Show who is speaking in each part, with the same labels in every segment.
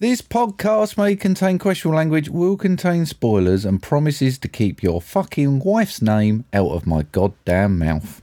Speaker 1: This podcast may contain questionable language, will contain spoilers, and promises to keep your fucking wife's name out of my goddamn mouth.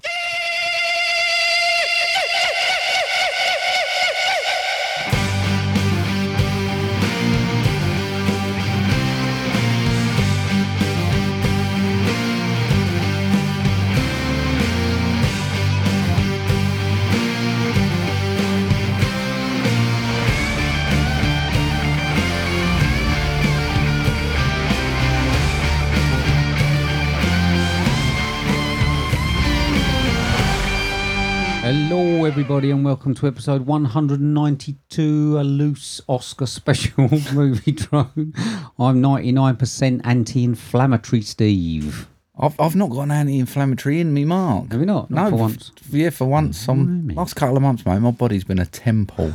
Speaker 2: Hello, everybody, and welcome to episode 192, a loose Oscar special movie drone. I'm 99% anti inflammatory, Steve.
Speaker 1: I've, I've not got an anti inflammatory in me, Mark.
Speaker 2: Have you not? Not
Speaker 1: no,
Speaker 2: for
Speaker 1: f-
Speaker 2: once.
Speaker 1: yeah, for once. I'm,
Speaker 2: Blimey.
Speaker 1: last couple of months, mate, my body's been a temple.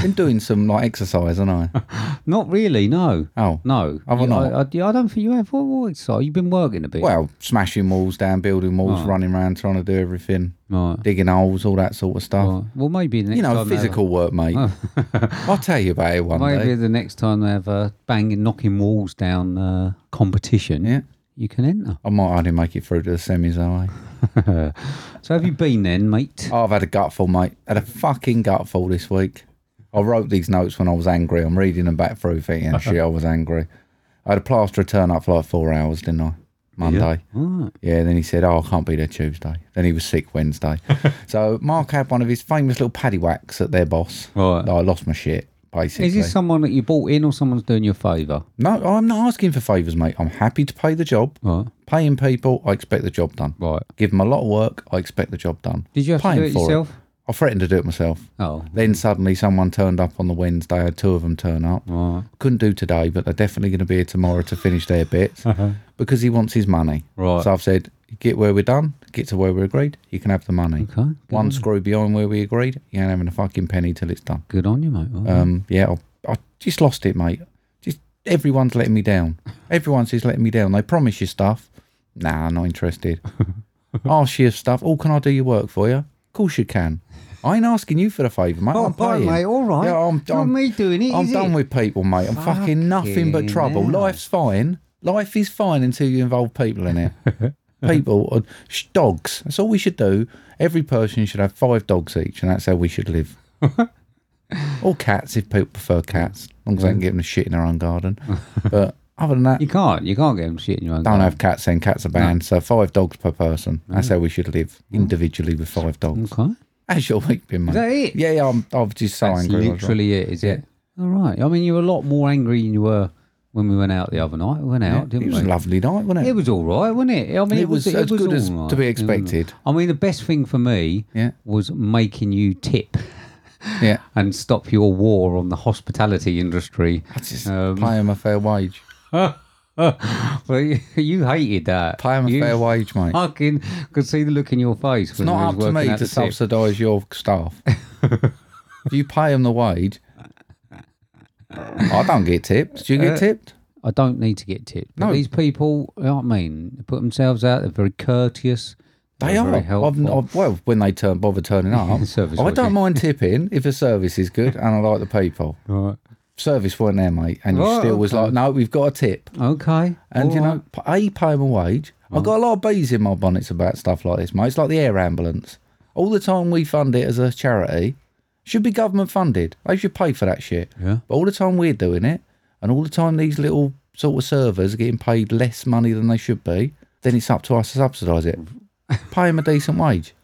Speaker 1: been doing some like exercise, haven't I?
Speaker 2: Not really, no.
Speaker 1: Oh.
Speaker 2: No.
Speaker 1: Have I
Speaker 2: You-
Speaker 1: not?
Speaker 2: I, yeah, I don't think you have. What, what, excited? You've been working a bit.
Speaker 1: Well, smashing walls down, building walls,
Speaker 2: Right.
Speaker 1: running around, trying to do everything,
Speaker 2: right.
Speaker 1: digging holes, all that sort of stuff.
Speaker 2: right. Well, maybe the next
Speaker 1: You know,
Speaker 2: time they have-
Speaker 1: physical work, mate. I'll tell you about it one
Speaker 2: Maybe
Speaker 1: day.
Speaker 2: the next time they have a banging, knocking walls down uh, competition,
Speaker 1: Yeah.
Speaker 2: you can enter.
Speaker 1: I might only make it through to the semis, are I?
Speaker 2: So, have you been then, mate?
Speaker 1: Oh, I've had a gutful, mate. Had a fucking gutful this week. I wrote these notes when I was angry. I'm reading them back through, thinking, shit, I was angry. I had a plaster turn up for like four hours, didn't I? Monday.
Speaker 2: Right.
Speaker 1: Yeah, then he said, Oh, I can't be there Tuesday. Then he was sick Wednesday. so Mark had one of his famous little paddywhacks at their boss.
Speaker 2: Right.
Speaker 1: I lost my shit, basically.
Speaker 2: Is this someone that you bought in or someone's doing you a favour?
Speaker 1: no, I'm not asking for favours, mate. I'm happy to pay the job.
Speaker 2: Right.
Speaker 1: Paying people, I expect the job done.
Speaker 2: Right.
Speaker 1: Give them a lot of work, I expect the job done.
Speaker 2: Did you have
Speaker 1: Paying
Speaker 2: to do it
Speaker 1: for
Speaker 2: yourself?
Speaker 1: I threatened to do it myself.
Speaker 2: Oh.
Speaker 1: Then suddenly someone turned up on the Wednesday. I had two of them turn up.
Speaker 2: Right.
Speaker 1: Couldn't do today, but they're definitely going to be here tomorrow to finish their bits because he wants his money.
Speaker 2: Uh-huh. Right.
Speaker 1: So I've said, get where we're done, get to where we agreed, you can have the money.
Speaker 2: Okay. Good,
Speaker 1: One screw behind where we agreed, you ain't having a fucking penny till it's done.
Speaker 2: good on you, mate. Well,
Speaker 1: Um, yeah, I, I just lost it, mate. Just everyone's letting me down. Everyone's just letting me down. They promise you stuff. Nah, not interested. Ask you stuff. Oh, can I do your work for you? Of course you can. I ain't asking you for the favour, mate.
Speaker 2: Oh,
Speaker 1: I'm
Speaker 2: right,
Speaker 1: paying.
Speaker 2: mate, all right.
Speaker 1: Yeah, I'm,
Speaker 2: It's not
Speaker 1: I'm-
Speaker 2: me doing it,
Speaker 1: I'm
Speaker 2: is
Speaker 1: done
Speaker 2: it?
Speaker 1: with people, mate. I'm fucking, nothing but
Speaker 2: Fucking
Speaker 1: trouble.
Speaker 2: hell.
Speaker 1: Life's fine. Life is fine until you involve people in it. people, are, sh- dogs. That's all we should do. Every person should have five dogs each, and that's how we should live. or cats, if people prefer cats, as long as they can get them to shit in their own garden. but other than that,
Speaker 2: you can't. You can't get them shit in your own
Speaker 1: don't
Speaker 2: garden.
Speaker 1: have cats. Then cats are banned. So five dogs per person. That's how we should live individually with five dogs.
Speaker 2: Okay.
Speaker 1: How's your week been, mate?
Speaker 2: Mm. that it?
Speaker 1: Yeah, yeah. I'm, I was just so
Speaker 2: That's
Speaker 1: angry. I was like-
Speaker 2: literally it, is it? All right. I mean, you were a lot more angry than you were when we went out the other night. We went out, didn't
Speaker 1: It was
Speaker 2: we?
Speaker 1: a lovely night, wasn't it?
Speaker 2: It was all right, wasn't it? I mean,
Speaker 1: It
Speaker 2: it was
Speaker 1: was as good as
Speaker 2: all
Speaker 1: to be
Speaker 2: right.
Speaker 1: expected.
Speaker 2: I mean, the best thing for me
Speaker 1: Yeah.
Speaker 2: was making you tip
Speaker 1: Yeah.
Speaker 2: and stop your war on the hospitality industry.
Speaker 1: I just
Speaker 2: Um,
Speaker 1: pay him a fair wage.
Speaker 2: Well, you, you hated that.
Speaker 1: Pay him a
Speaker 2: you
Speaker 1: fair wage, mate.
Speaker 2: fucking could see the look in your face.
Speaker 1: It's not up to me to subsidise your staff. if you pay him the wage, I don't get tipped. Do you
Speaker 2: Uh,
Speaker 1: get tipped?
Speaker 2: I don't need to get tipped. But
Speaker 1: No.
Speaker 2: these people, you know what I mean, they put themselves out. They're very courteous.
Speaker 1: They
Speaker 2: they're
Speaker 1: are.
Speaker 2: very
Speaker 1: I've,
Speaker 2: helpful.
Speaker 1: I've, well, when they turn bother turning up,
Speaker 2: Service
Speaker 1: I
Speaker 2: wage, yeah.
Speaker 1: don't mind tipping if the service is good and I like the people.
Speaker 2: Right.
Speaker 1: Service weren't there, mate, and you
Speaker 2: Right,
Speaker 1: still was
Speaker 2: okay.
Speaker 1: like, no, we've got a tip.
Speaker 2: Okay.
Speaker 1: And
Speaker 2: all
Speaker 1: you
Speaker 2: right. Mm.
Speaker 1: know, p- A, pay him a wage. I've got a lot of bees in my bonnets about stuff like this, mate. It's like the air ambulance. All the time we fund it as a charity, should be government funded. They should pay for that shit.
Speaker 2: Yeah.
Speaker 1: But all the time we're doing it, and all the time these little sort of servers are getting paid less money than they should be, then it's up to us to subsidise it. pay them a decent wage.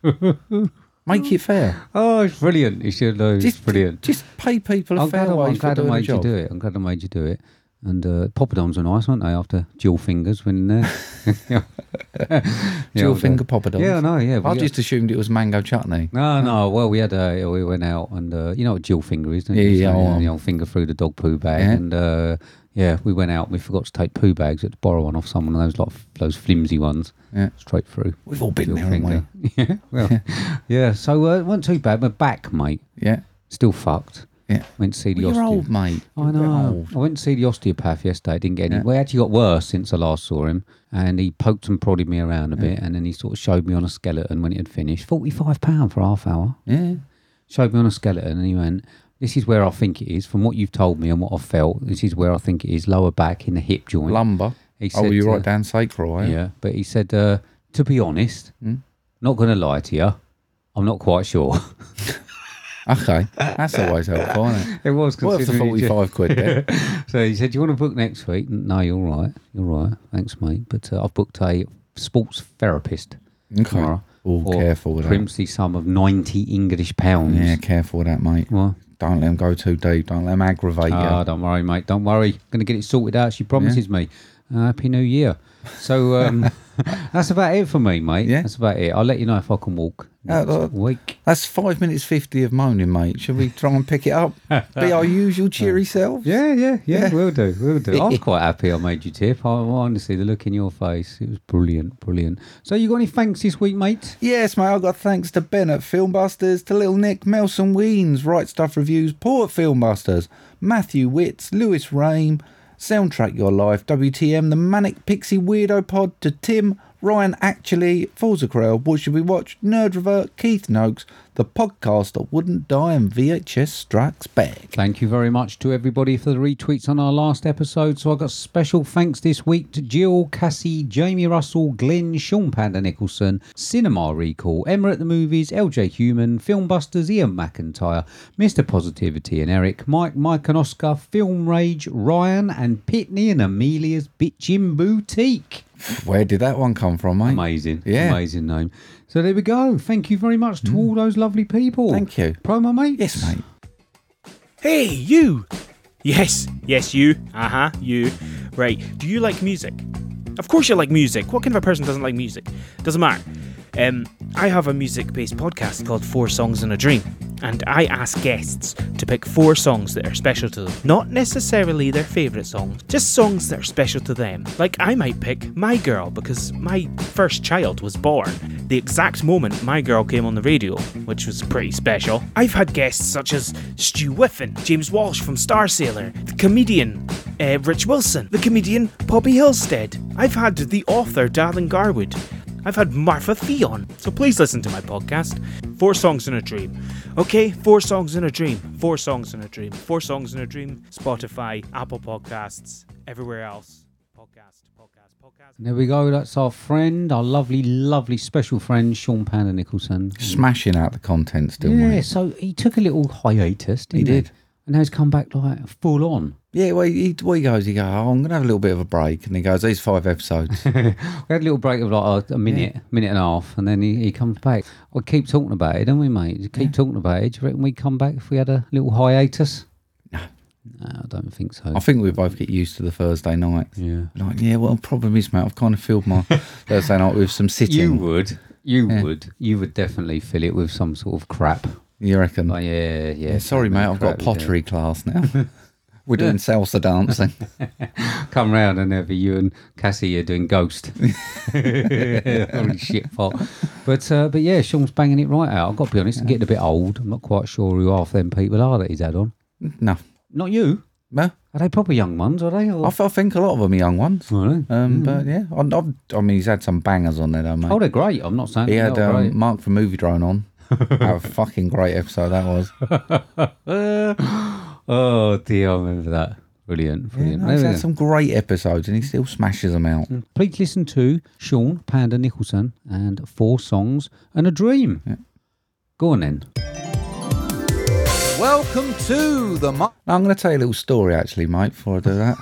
Speaker 1: Make it fair.
Speaker 2: Oh, it's brilliant. You should know. It's
Speaker 1: Just
Speaker 2: brilliant.
Speaker 1: Just pay people a
Speaker 2: I'm
Speaker 1: fair
Speaker 2: glad, I- I'm
Speaker 1: wage for
Speaker 2: glad I
Speaker 1: doing a
Speaker 2: made you
Speaker 1: job.
Speaker 2: do it. I'm glad I made you do it. And uh, poppadoms are nice, aren't they? After dual fingers, when there. Yeah,
Speaker 1: Dual
Speaker 2: but-
Speaker 1: finger poppadoms.
Speaker 2: Yeah, I know. Yeah,
Speaker 1: I
Speaker 2: we-
Speaker 1: just assumed it was mango chutney.
Speaker 2: No, no. Well, we had a we went out and uh, you know what Jill finger is, don't you?
Speaker 1: Yeah, yeah,
Speaker 2: So, you know,
Speaker 1: oh.
Speaker 2: the old finger through the dog poo bag,
Speaker 1: Yeah.
Speaker 2: and uh, yeah, we went out. and We forgot to take poo bags. Had to borrow one off someone. And those like those flimsy ones,
Speaker 1: Yeah.
Speaker 2: straight through.
Speaker 1: We've all been
Speaker 2: Jill
Speaker 1: there, haven't we?
Speaker 2: finger. yeah, well, yeah. So uh, it wasn't too bad. We're back, mate.
Speaker 1: Yeah.
Speaker 2: Still fucked.
Speaker 1: Yeah.
Speaker 2: Went to see the
Speaker 1: Well, you're
Speaker 2: osteo-
Speaker 1: old, mate.
Speaker 2: I
Speaker 1: You're a bit
Speaker 2: know.
Speaker 1: old.
Speaker 2: I went to see the osteopath yesterday. Didn't get any. Well, it actually got worse since I last saw him, and he poked and prodded me around a bit, and then he sort of showed me on a skeleton when it had finished. Forty-five pound for half hour.
Speaker 1: Yeah.
Speaker 2: showed me on a skeleton and he went, This is where I think it is, from what you've told me and what I've felt. This is where I think it is, lower back in the hip joint.
Speaker 1: Lumbar.
Speaker 2: He
Speaker 1: Oh,
Speaker 2: said,
Speaker 1: you're right,
Speaker 2: uh,
Speaker 1: Dan Sacral, are you?
Speaker 2: Yeah, but he said, uh, to be honest,
Speaker 1: Hmm?
Speaker 2: not going to lie to you, I'm not quite sure.
Speaker 1: Okay, that's always helpful, isn't it?
Speaker 2: it was
Speaker 1: Worth the
Speaker 2: he just-
Speaker 1: 45 quid there.
Speaker 2: So he said, "Do you want to book next week?" No, you're right. You're right. Thanks, mate. But uh, I've booked a sports therapist
Speaker 1: Okay.
Speaker 2: tomorrow.
Speaker 1: Oh,
Speaker 2: for
Speaker 1: careful with that.
Speaker 2: princely sum of ninety English pounds.
Speaker 1: Yeah, careful with that, mate.
Speaker 2: Well,
Speaker 1: Don't let them go too deep. Don't let them aggravate
Speaker 2: ah, don't worry, mate. Don't worry. Going to get it sorted out. She promises me. Uh, Happy New Year. So um, that's about it for me, mate.
Speaker 1: Yeah.
Speaker 2: That's about it. I'll let you know if I can walk
Speaker 1: Uh,
Speaker 2: next
Speaker 1: uh,
Speaker 2: week.
Speaker 1: you. That's five minutes 50 of moaning, mate. Should we try and pick it up? Be our usual cheery selves?
Speaker 2: Yeah, yeah, yeah, We'll do. We'll do. I was quite happy I made you tip. I honestly, the look in your face, it was brilliant, brilliant. So you got any thanks this week, mate?
Speaker 1: Yes, mate, I've got thanks to Ben at Filmbusters, to Little Nick, Melson Weens, Right Stuff Reviews, Paul at Filmbusters, Matthew Witts, Lewis Rame, Soundtrack Your Life, WTM, The Manic Pixie Weirdo Pod, to Tim, Ryan Actually, Forza Crowd, What Should We Watch, Nerd Revert, Keith Noakes, The Podcast That Wouldn't Die, and VHS Strikes Back.
Speaker 2: Thank you very much to everybody for the retweets on our last episode. So I got special thanks this week to Jill, Cassie, Jamie Russell, Glenn, Sean Panda Nicholson, Cinema Recall, Emma at the Movies, LJ Human, Filmbusters, Ian McIntyre, Mr. Positivity and Eric, Mike, Mike and Oscar, Film Rage, Ryan and Pitney and Amelia's Bitchin' Boutique.
Speaker 1: Where did that one come from, mate?
Speaker 2: Amazing.
Speaker 1: Yeah. Mm.
Speaker 2: Amazing name. So there we go. Thank you very much to all those lovely people.
Speaker 1: Thank you.
Speaker 2: Promo mate.
Speaker 1: Yes, mate.
Speaker 3: Hey, you! Yes, yes, you. Uh huh, you. Right, do you like music? Of course you like music. What kind of a person doesn't like music? Doesn't matter. Um, I have a music based podcast called Four Songs and a Dream, and I ask guests to pick four songs that are special to them. Not necessarily their favourite songs, just songs that are special to them. Like, I might pick My Girl because my first child was born. The exact moment My Girl came on the radio, which was pretty special. I've had guests such as Stu Whiffen, James Walsh from Star Sailor, the comedian uh, Rich Wilson, the comedian Poppy Hillstead. I've had the author Darlene Garwood. I've had Martha Theon. So please listen to my podcast. Four songs in a dream. Okay, four songs in a dream. Four songs in a dream. Four songs in a dream. Spotify, Apple Podcasts, everywhere else. Podcast, podcast, podcast.
Speaker 2: There we go. That's our friend, our lovely, lovely special friend, Sean Panda Nicholson.
Speaker 1: Smashing out the content still,
Speaker 2: Yeah,
Speaker 1: mate.
Speaker 2: so he took a little hiatus, didn't he?
Speaker 1: did.
Speaker 2: And now he's come back like full on.
Speaker 1: Yeah, well, he, well, he goes, he goes, oh, I'm going to have a little bit of a break. And he goes, these five episodes.
Speaker 2: We had a little break of like a, a minute, minute and a half, and then he, he comes back. We keep talking about it, don't we, mate? Just keep talking about it. Do you reckon we'd come back if we had a little hiatus? No. No, I don't think so.
Speaker 1: I think we both get used to the Thursday night.
Speaker 2: yeah.
Speaker 1: Like, yeah, well, problem is, mate, I've kind of filled my Thursday night with some
Speaker 2: You
Speaker 1: sitting.
Speaker 2: would. You would. You would definitely fill it with some sort of crap.
Speaker 1: You, reckon?
Speaker 2: Like, yeah, Mm. yeah.
Speaker 1: Sorry, mate, I've got
Speaker 2: crap we do.
Speaker 1: pottery class now. We're doing salsa dancing.
Speaker 2: come round and have you and Cassie are doing ghost. Holy shit pot. But uh, but yeah, Sean's banging it right out. I've got to be honest, I'm getting a bit old. I'm not quite sure who half them people are that he's had on.
Speaker 1: no.
Speaker 2: Not you. Oh,
Speaker 1: Well,
Speaker 2: Are they proper young ones? Are they? Or...
Speaker 1: I, f- I think a lot of them are young ones.
Speaker 2: Well, eh.
Speaker 1: Um, But yeah, I, I've, I mean, he's had some bangers on there, though, mate.
Speaker 2: Oh, they're great. I'm not saying
Speaker 1: he
Speaker 2: they're
Speaker 1: had
Speaker 2: not
Speaker 1: um, Mark from Movie Drone on. How fucking great episode that was.
Speaker 2: great. oh dear, I remember that. Brilliant,
Speaker 1: Yeah,
Speaker 2: brilliant.
Speaker 1: no, he's
Speaker 2: There we
Speaker 1: had
Speaker 2: go.
Speaker 1: some great episodes and he still smashes them out.
Speaker 2: Please listen to Sean Panda Nicholson and Four Songs and a Dream. Go on then.
Speaker 1: Welcome to the. Mo- I'm going to tell you a little story, actually, mate. Before I do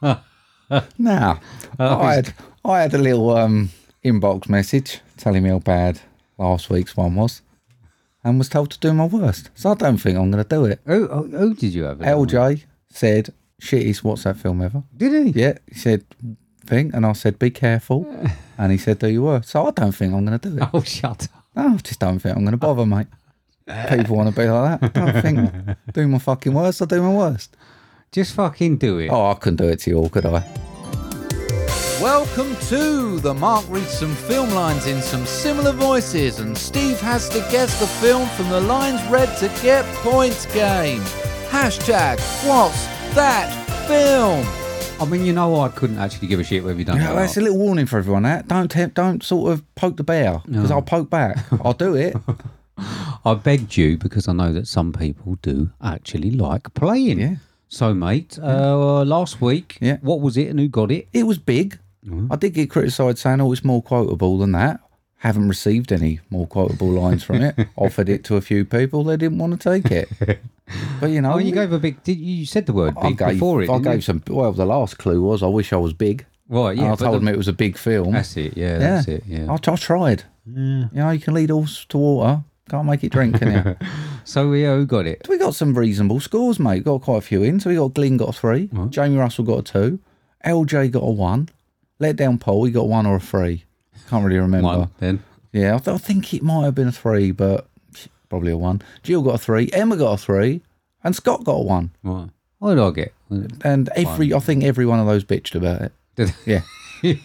Speaker 1: that. now, I had I had a little um, inbox message telling me how bad last week's one was, and was told to do my worst. So I don't think I'm going to do it.
Speaker 2: Who, who, who did you have? it on?
Speaker 1: LJ said, "Shittiest what's that film ever."
Speaker 2: Did he?
Speaker 1: Yeah, he said thing, and I said, "Be careful," and he said, "Do your worst." So I don't think I'm going to do it.
Speaker 2: Oh, shut up.
Speaker 1: No, I just don't think I'm going to bother, mate. People want to be like that. I don't think. Do my fucking worst. I'll do my worst.
Speaker 2: Just fucking do it.
Speaker 1: Oh, I couldn't do it to you all, could I? Welcome to the Mark reads some film lines in some similar voices, and Steve has to guess the film from the lines read to get points game. Hashtag what's that film?
Speaker 2: I mean, you know, I couldn't actually give a shit whether you done
Speaker 1: Yeah,
Speaker 2: that.
Speaker 1: that's a little warning for everyone. That don't tempt, don't sort of poke the bear because I'll poke back. I'll do it.
Speaker 2: I begged you because I know that some people do actually like playing.
Speaker 1: Yeah.
Speaker 2: So, mate, uh, last week,
Speaker 1: Yeah.
Speaker 2: what was it and who got it?
Speaker 1: It was big.
Speaker 2: Mm-hmm.
Speaker 1: I did get criticised saying, oh, it's more quotable than that. Haven't received any more quotable lines from it. Offered it to a few people. They didn't want to take it. But, you know,
Speaker 2: Oh, you gave a big. Did, you said the word
Speaker 1: I
Speaker 2: big
Speaker 1: gave,
Speaker 2: before it.
Speaker 1: I
Speaker 2: didn't you?
Speaker 1: gave some. Well, the last clue was I wish I was big.
Speaker 2: Right, yeah.
Speaker 1: and I
Speaker 2: but
Speaker 1: told
Speaker 2: the-
Speaker 1: them it was a big film.
Speaker 2: That's it, yeah, that's it, yeah.
Speaker 1: I, I tried. You know, you can lead horse to water. Can't make it drink, can you?
Speaker 2: So, yeah, who got it?
Speaker 1: So we got some reasonable scores, mate. Got quite a few in. So we got Glyn got a three. Jamie Russell got a two. LJ got a one. Let down Paul, he got one or a three. Can't really remember.
Speaker 2: One, then.
Speaker 1: Yeah, I, th- I think it might have been a three, but probably a one. Jill got a three. Emma got a three. And Scott got a one.
Speaker 2: Right. What did I get?
Speaker 1: And every, I think every one of those bitched about it.
Speaker 2: Did-
Speaker 1: Yeah.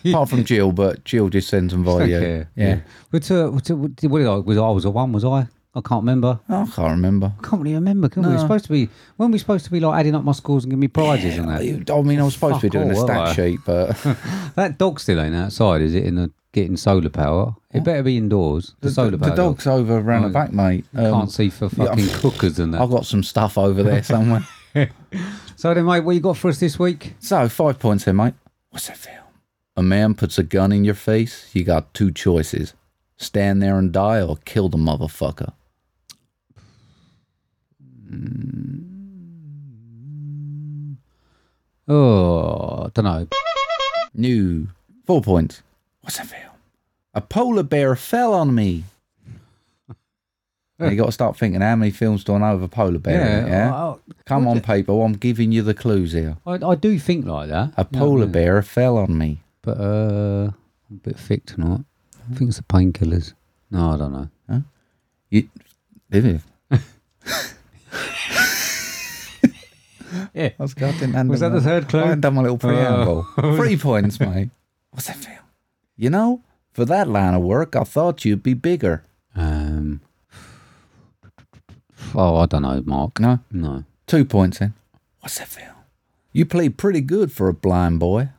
Speaker 1: Apart from Jill, but Jill just sends them via you.
Speaker 2: Okay,
Speaker 1: Oh, Yeah.
Speaker 2: But, uh, what, what did I, was I was a one, was I? I can't remember.
Speaker 1: I can't remember.
Speaker 2: I can't really remember, can we? We're supposed to be, when we supposed to be like adding up my scores and giving me prizes and that?
Speaker 1: I mean, I was supposed to be
Speaker 2: Fuck
Speaker 1: doing a
Speaker 2: all, uh,
Speaker 1: stat
Speaker 2: weren't I?
Speaker 1: sheet, but
Speaker 2: That dog still ain't outside, is it? In the, getting solar power. It better be indoors. The, solar power.
Speaker 1: the dog's over round the back, mate. Um,
Speaker 2: Can't see for fucking cookers and
Speaker 1: I've
Speaker 2: that.
Speaker 1: got some stuff over there somewhere.
Speaker 2: So then, mate, what you got for us this week?
Speaker 1: so five points here, mate. What's that film? A man puts a gun in your face. You got two choices: stand there and die, or kill the motherfucker.
Speaker 2: Oh, I don't know.
Speaker 1: New four points. What's that film? A polar bear fell on me. Now you got to start thinking how many films do I know of a polar bear? in it, yeah? Come on, people. I'm giving you the clues here.
Speaker 2: I, I, I do think like that.
Speaker 1: A polar bear fell on me.
Speaker 2: But uh, I'm a bit thick tonight. I think it's the painkillers. No, I don't know.
Speaker 1: You, did
Speaker 2: Yeah.
Speaker 1: I was goddamn under
Speaker 2: Was that the third Oh. clue?
Speaker 1: I hadn't done my little preamble. Three points, mate. What's that feel? You know, for that line of work, I thought you'd be bigger.
Speaker 2: Um. Oh, I don't know, Mark.
Speaker 1: No,
Speaker 2: No.
Speaker 1: two points in. What's that feel? You played pretty good for a blind boy.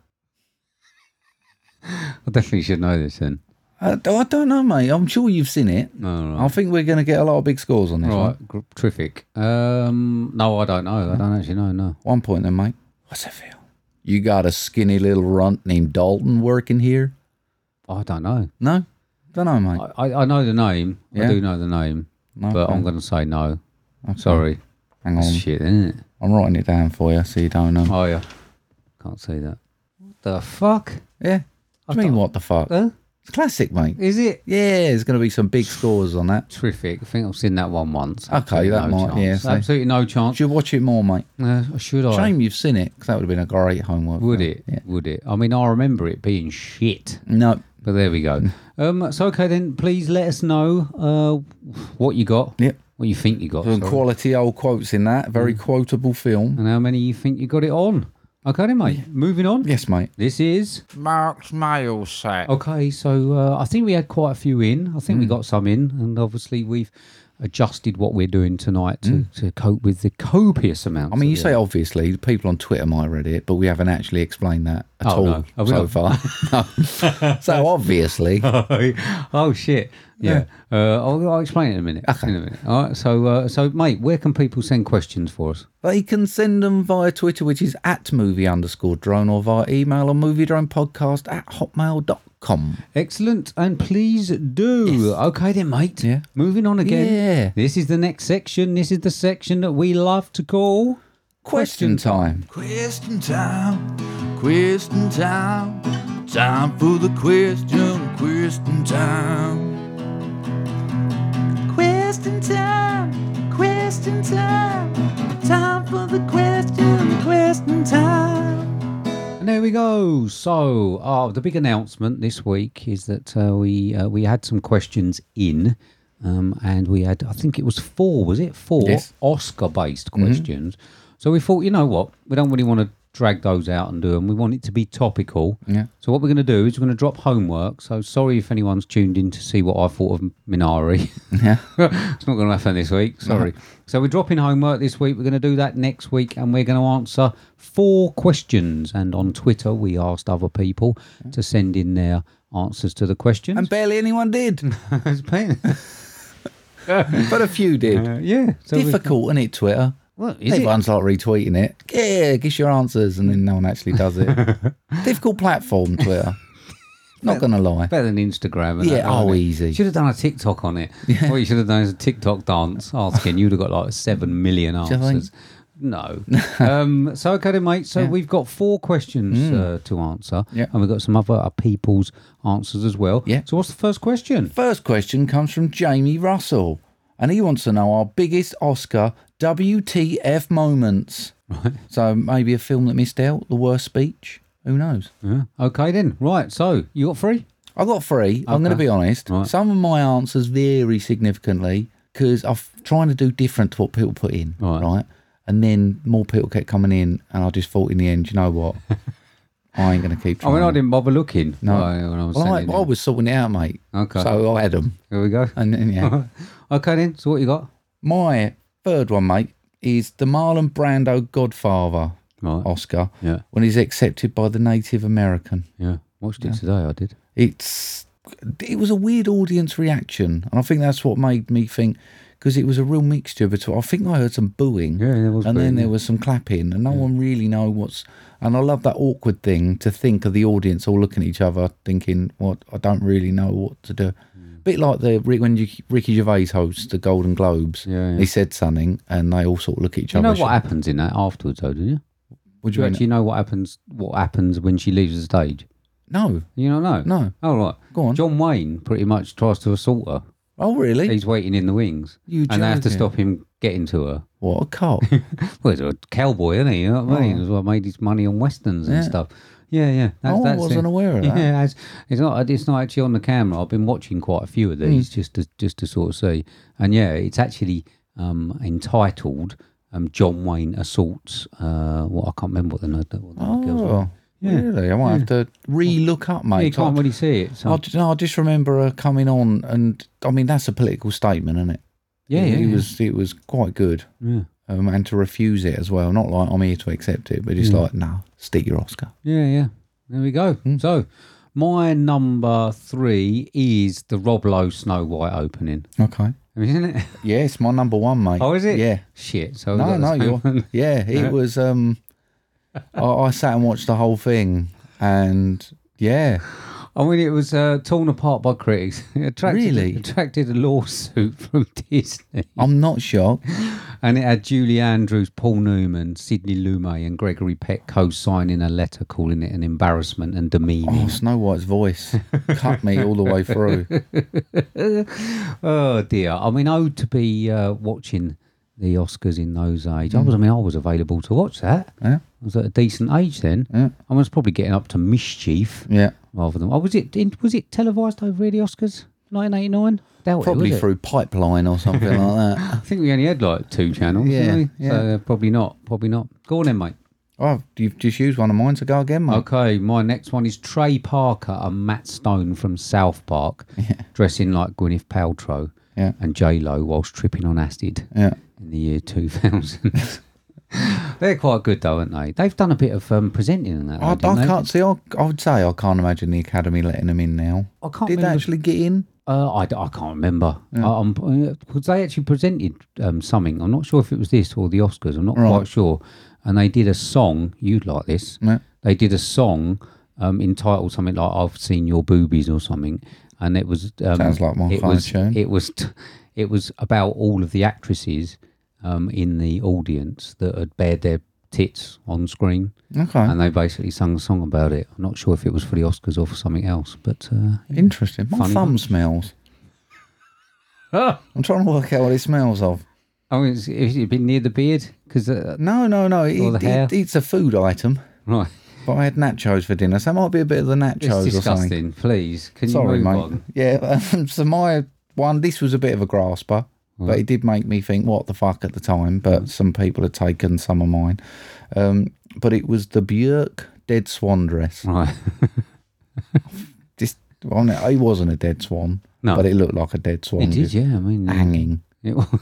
Speaker 2: I definitely should know this then.
Speaker 1: I, d- I don't know, mate. I'm sure you've seen it.
Speaker 2: No,
Speaker 1: I think we're going to get a lot of big scores on this
Speaker 2: right.
Speaker 1: one.
Speaker 2: Right. gr- Terrific. Um. No, I don't know. I don't actually know. No.
Speaker 1: One point then, mate. What's that feel? You got a skinny little runt named Dalton working here?
Speaker 2: I don't know.
Speaker 1: No? Don't know, mate.
Speaker 2: I, I, I know the name. I
Speaker 1: Yeah?
Speaker 2: do know the name,
Speaker 1: No,
Speaker 2: but
Speaker 1: okay. Um,
Speaker 2: I'm going to say no. Sorry.
Speaker 1: Hang on.
Speaker 2: Shit, isn't it?
Speaker 1: I'm writing it down for you so you don't know.
Speaker 2: Oh yeah. Can't say that. What the fuck?
Speaker 1: Yeah. I mean, what the fuck?
Speaker 2: Huh?
Speaker 1: It's classic, mate.
Speaker 2: Is it?
Speaker 1: Yeah, there's going to be some big scores on that.
Speaker 2: Terrific. I think I've seen that one once.
Speaker 1: Okay, that might-
Speaker 2: chance.
Speaker 1: yeah, so-
Speaker 2: Absolutely no
Speaker 1: You
Speaker 2: chance.
Speaker 1: should watch it more, mate.
Speaker 2: Uh, should I?
Speaker 1: Shame you've seen it, because that would have been a great homework.
Speaker 2: Would
Speaker 1: film.
Speaker 2: it? Would it? I mean, I remember it being shit.
Speaker 1: No.
Speaker 2: But there we go. um, so okay then, please let us know uh, what you got.
Speaker 1: Yep.
Speaker 2: What you think you got?
Speaker 1: Some
Speaker 2: Oh, sorry, Mm.
Speaker 1: quality old quotes in that. Very quotable film.
Speaker 2: And how many you think you got it on? Okay then, mate. Moving on.
Speaker 1: Yes, mate.
Speaker 2: This is
Speaker 4: Mark's mail sack.
Speaker 2: Okay, so uh, I think we had quite a few in. I
Speaker 1: Mm.
Speaker 2: think we got some in, and obviously we've adjusted what we're doing tonight to, to cope with the copious amount.
Speaker 1: Mm. I mean, you say obviously, the people on Twitter might read it, but we haven't actually explained that at
Speaker 2: Oh,
Speaker 1: all
Speaker 2: no. Have we
Speaker 1: so far. No. so obviously,
Speaker 2: oh shit, yeah. Uh, I'll, I'll explain it in a minute. In a minute. All right. So, uh, so mate, where can people send questions for us?
Speaker 1: they can send them via Twitter, which is at movie underscore drone, or via email on movie drone podcast at hotmail.com.
Speaker 2: Excellent, and please do. Okay, then, mate.
Speaker 1: Yeah.
Speaker 2: Moving on again.
Speaker 1: Yeah.
Speaker 2: This is the next section. This is the section that we love to call.
Speaker 1: Question time.
Speaker 4: Question time, question time, time for the question, question time. Question time, question time, time for the question, question time.
Speaker 2: And there we go. So, uh, the big announcement this week is that uh, we uh, we had some questions in, um, and we had I think it was four, was it four
Speaker 1: Yes. Mm-hmm.
Speaker 2: Oscar based questions. So we thought, you know what, we don't really want to drag those out and do them. We want it to be topical.
Speaker 1: Yeah.
Speaker 2: So what we're going to do is we're going to drop homework. So sorry if anyone's tuned in to see what I thought of Minari.
Speaker 1: Yeah.
Speaker 2: it's not going to happen this week. Sorry. So we're dropping homework this week. We're going to do that next week, and we're going to answer four questions. And on Twitter, we asked other people to send in their answers to the questions.
Speaker 1: And barely anyone did.
Speaker 2: It's pain.
Speaker 1: but a few did.
Speaker 2: Uh, yeah. So we-
Speaker 1: Difficult, isn't it, Twitter?
Speaker 2: Well, is it?
Speaker 1: Everyone's like retweeting it. Yeah, give us your answers, and then no one actually does it. Difficult platform, Twitter. Not gonna lie.
Speaker 2: Better than Instagram. And
Speaker 1: Yeah,
Speaker 2: that, wasn't
Speaker 1: oh,
Speaker 2: it?
Speaker 1: easy.
Speaker 2: Should have done a TikTok on it. What you should have done is a TikTok dance asking. You'd have got like seven million
Speaker 1: you think?
Speaker 2: answers. No. um, so okay, then, mate. So we've got four questions uh, to answer,
Speaker 1: Mm. Yeah.
Speaker 2: and we've got some other uh, people's answers as well.
Speaker 1: Yeah.
Speaker 2: So what's the first question?
Speaker 1: First question comes from Jamie Russell, and he wants to know our biggest Oscar WTF moments. Right. So maybe a film that missed out, the worst speech. Who knows?
Speaker 2: Yeah. Okay, then. Right. So you got three.
Speaker 1: I got three. I'm going to be honest.
Speaker 2: Right.
Speaker 1: Some of my answers vary significantly because I'm trying to do different to what people put in,
Speaker 2: Right.
Speaker 1: right. And then more people kept coming in, and I just thought in the end, you know what? I ain't going to keep
Speaker 2: I
Speaker 1: trying.
Speaker 2: mean, I didn't bother looking.
Speaker 1: No.
Speaker 2: When when I was
Speaker 1: Well, I,
Speaker 2: sending
Speaker 1: I
Speaker 2: it.
Speaker 1: was sorting it out, mate.
Speaker 2: Okay.
Speaker 1: So I had them.
Speaker 2: Here we go.
Speaker 1: And then, yeah.
Speaker 2: Okay, then. So what you got?
Speaker 1: My third one, mate, is the Marlon Brando Godfather
Speaker 2: Right.
Speaker 1: Oscar
Speaker 2: Yeah.
Speaker 1: when he's accepted by the Native American.
Speaker 2: Yeah. Watched it today. I did.
Speaker 1: It's it was a weird audience reaction, and I think that's what made me think because it was a real mixture between. I think I heard some booing,
Speaker 2: Yeah, there was
Speaker 1: and
Speaker 2: booing,
Speaker 1: then there
Speaker 2: yeah.
Speaker 1: was some clapping, and no one really know what's. And I love that awkward thing to think of the audience all looking at each other, thinking, "What? I don't really know what to do."
Speaker 2: Mm.
Speaker 1: Bit like the when you, Ricky Gervais hosts the Golden Globes,
Speaker 2: Yeah, yeah.
Speaker 1: he said something, and they all sort of look at each
Speaker 2: Do you
Speaker 1: other.
Speaker 2: know what happens in that afterwards, though? Do you?
Speaker 1: Would
Speaker 2: Do you
Speaker 1: you
Speaker 2: actually know what happens? What happens when she leaves the stage?
Speaker 1: No,
Speaker 2: You don't know.
Speaker 1: no.
Speaker 2: All right.
Speaker 1: Go on.
Speaker 2: John Wayne pretty much tries to assault her.
Speaker 1: Oh, really?
Speaker 2: He's waiting in the wings,
Speaker 1: You
Speaker 2: and they have to
Speaker 1: joking.
Speaker 2: stop him getting to her.
Speaker 1: What a cop!
Speaker 2: Well, he's a cowboy, isn't he? You know what I mean? That's what made his money on westerns
Speaker 1: Oh. Yeah.
Speaker 2: and stuff. Yeah, yeah. That's,
Speaker 1: Oh, I
Speaker 2: that's
Speaker 1: wasn't
Speaker 2: it.
Speaker 1: aware of
Speaker 2: yeah,
Speaker 1: that.
Speaker 2: it's, it's not. It's not actually on the camera. I've been watching quite a few of these
Speaker 1: Hmm.
Speaker 2: just to just to sort of see. And yeah, it's actually um, entitled um, "John Wayne Assaults." Uh, what I can't remember what the, what the girl's name-
Speaker 1: Oh, really? I might have to re-look up, mate.
Speaker 2: You can't really see it. So.
Speaker 1: I, ju- no, I just remember her coming on, and I mean that's a political statement, isn't it?
Speaker 2: yeah,
Speaker 1: it,
Speaker 2: yeah,
Speaker 1: it
Speaker 2: yeah.
Speaker 1: was it was quite good,
Speaker 2: yeah.
Speaker 1: um, and to refuse it as well. Not like I'm here to accept it, but just
Speaker 2: Mm.
Speaker 1: like no, stick your Oscar.
Speaker 2: Yeah, yeah. There we go.
Speaker 1: Hmm.
Speaker 2: So, my number three is the Rob Lowe Snow White opening,
Speaker 1: Okay.
Speaker 2: isn't it?
Speaker 1: Yeah, it's my number one, mate.
Speaker 2: Oh, is it? Oh,
Speaker 1: Yeah.
Speaker 2: Shit. So
Speaker 1: No,
Speaker 2: we've
Speaker 1: no,
Speaker 2: got the same-
Speaker 1: you're, yeah. It was. Um, I, I sat and watched the whole thing, and yeah,
Speaker 2: I mean, it was uh, torn apart by critics. It attracted,
Speaker 1: Really?
Speaker 2: attracted a lawsuit from Disney,
Speaker 1: I'm not shocked.
Speaker 2: and it had Julie Andrews, Paul Newman, Sidney Lumet, and Gregory Peck co-signing a letter calling it an embarrassment and demeaning.
Speaker 1: Oh, Snow White's voice cut me all the way through.
Speaker 2: Oh dear! I mean, oh to be uh, watching the Oscars in those age. I was. I mean, I was available to watch that.
Speaker 1: Yeah.
Speaker 2: I was at a decent age then.
Speaker 1: Yeah.
Speaker 2: I was probably getting up to mischief
Speaker 1: Yeah.
Speaker 2: rather than. Oh, was it? in- Was it televised over the Oscars? 1989? Doubt
Speaker 1: Probably
Speaker 2: it, was it?
Speaker 1: through pipeline or something like that.
Speaker 2: I think we only had like two channels.
Speaker 1: Yeah,
Speaker 2: didn't we?
Speaker 1: yeah.
Speaker 2: So uh, probably not. Probably not. Go on then, mate.
Speaker 1: Oh, you've just used one of mine to go again, mate.
Speaker 2: Okay, my next one is Trey Parker and Matt Stone from South Park, dressing like Gwyneth Paltrow
Speaker 1: Yeah.
Speaker 2: and J Lo whilst tripping on acid.
Speaker 1: Yeah.
Speaker 2: in the year 2000. They're quite good, though, aren't they? They've done a bit of um, presenting in that.
Speaker 1: I,
Speaker 2: though, didn't
Speaker 1: Oh, I
Speaker 2: they?
Speaker 1: can't see. I, I would say I can't imagine the academy letting them in now.
Speaker 2: I can't
Speaker 1: Did they
Speaker 2: remember-
Speaker 1: actually get in?
Speaker 2: Uh, I, d- I can't remember. I, I'm, because they actually presented um, something. I'm not sure if it was this or the Oscars. I'm not quite sure. And they did a song. You'd like this.
Speaker 1: No.
Speaker 2: They did a song um, entitled something like "I've Seen Your Boobies" or something, and it was um,
Speaker 1: Sounds like my
Speaker 2: it
Speaker 1: phone
Speaker 2: was
Speaker 1: tune.
Speaker 2: it was t- it was about all of the actresses um, in the audience that had bared their tits on screen,
Speaker 1: Okay.
Speaker 2: and they basically sung a song about it. I'm not sure if it was for the Oscars or for something else, but uh,
Speaker 1: Interesting. My
Speaker 2: Funny
Speaker 1: thumb
Speaker 2: bunch.
Speaker 1: smells. I'm trying to work out what it smells of.
Speaker 2: I mean, it's, it had been near the beard because uh,
Speaker 1: No, no, no. It,
Speaker 2: Or the
Speaker 1: it-
Speaker 2: hair.
Speaker 1: it's a food item,
Speaker 2: right,
Speaker 1: but I had nachos for dinner, so it might be a bit of the nachos
Speaker 2: it's
Speaker 1: or something.
Speaker 2: disgusting. Please, can
Speaker 1: Sorry,
Speaker 2: you move
Speaker 1: mate.
Speaker 2: on?
Speaker 1: Yeah. um, so my one, this was a bit of a grasper, but it did make me think, what the fuck at the time. But some people had taken some of mine. Um, but it was the Björk dead swan dress.
Speaker 2: Right,
Speaker 1: Just, well, no, it wasn't a dead swan,
Speaker 2: No.
Speaker 1: but it looked like a dead swan.
Speaker 2: it did.
Speaker 1: just
Speaker 2: Yeah, I mean,
Speaker 1: Hanging.
Speaker 2: It was,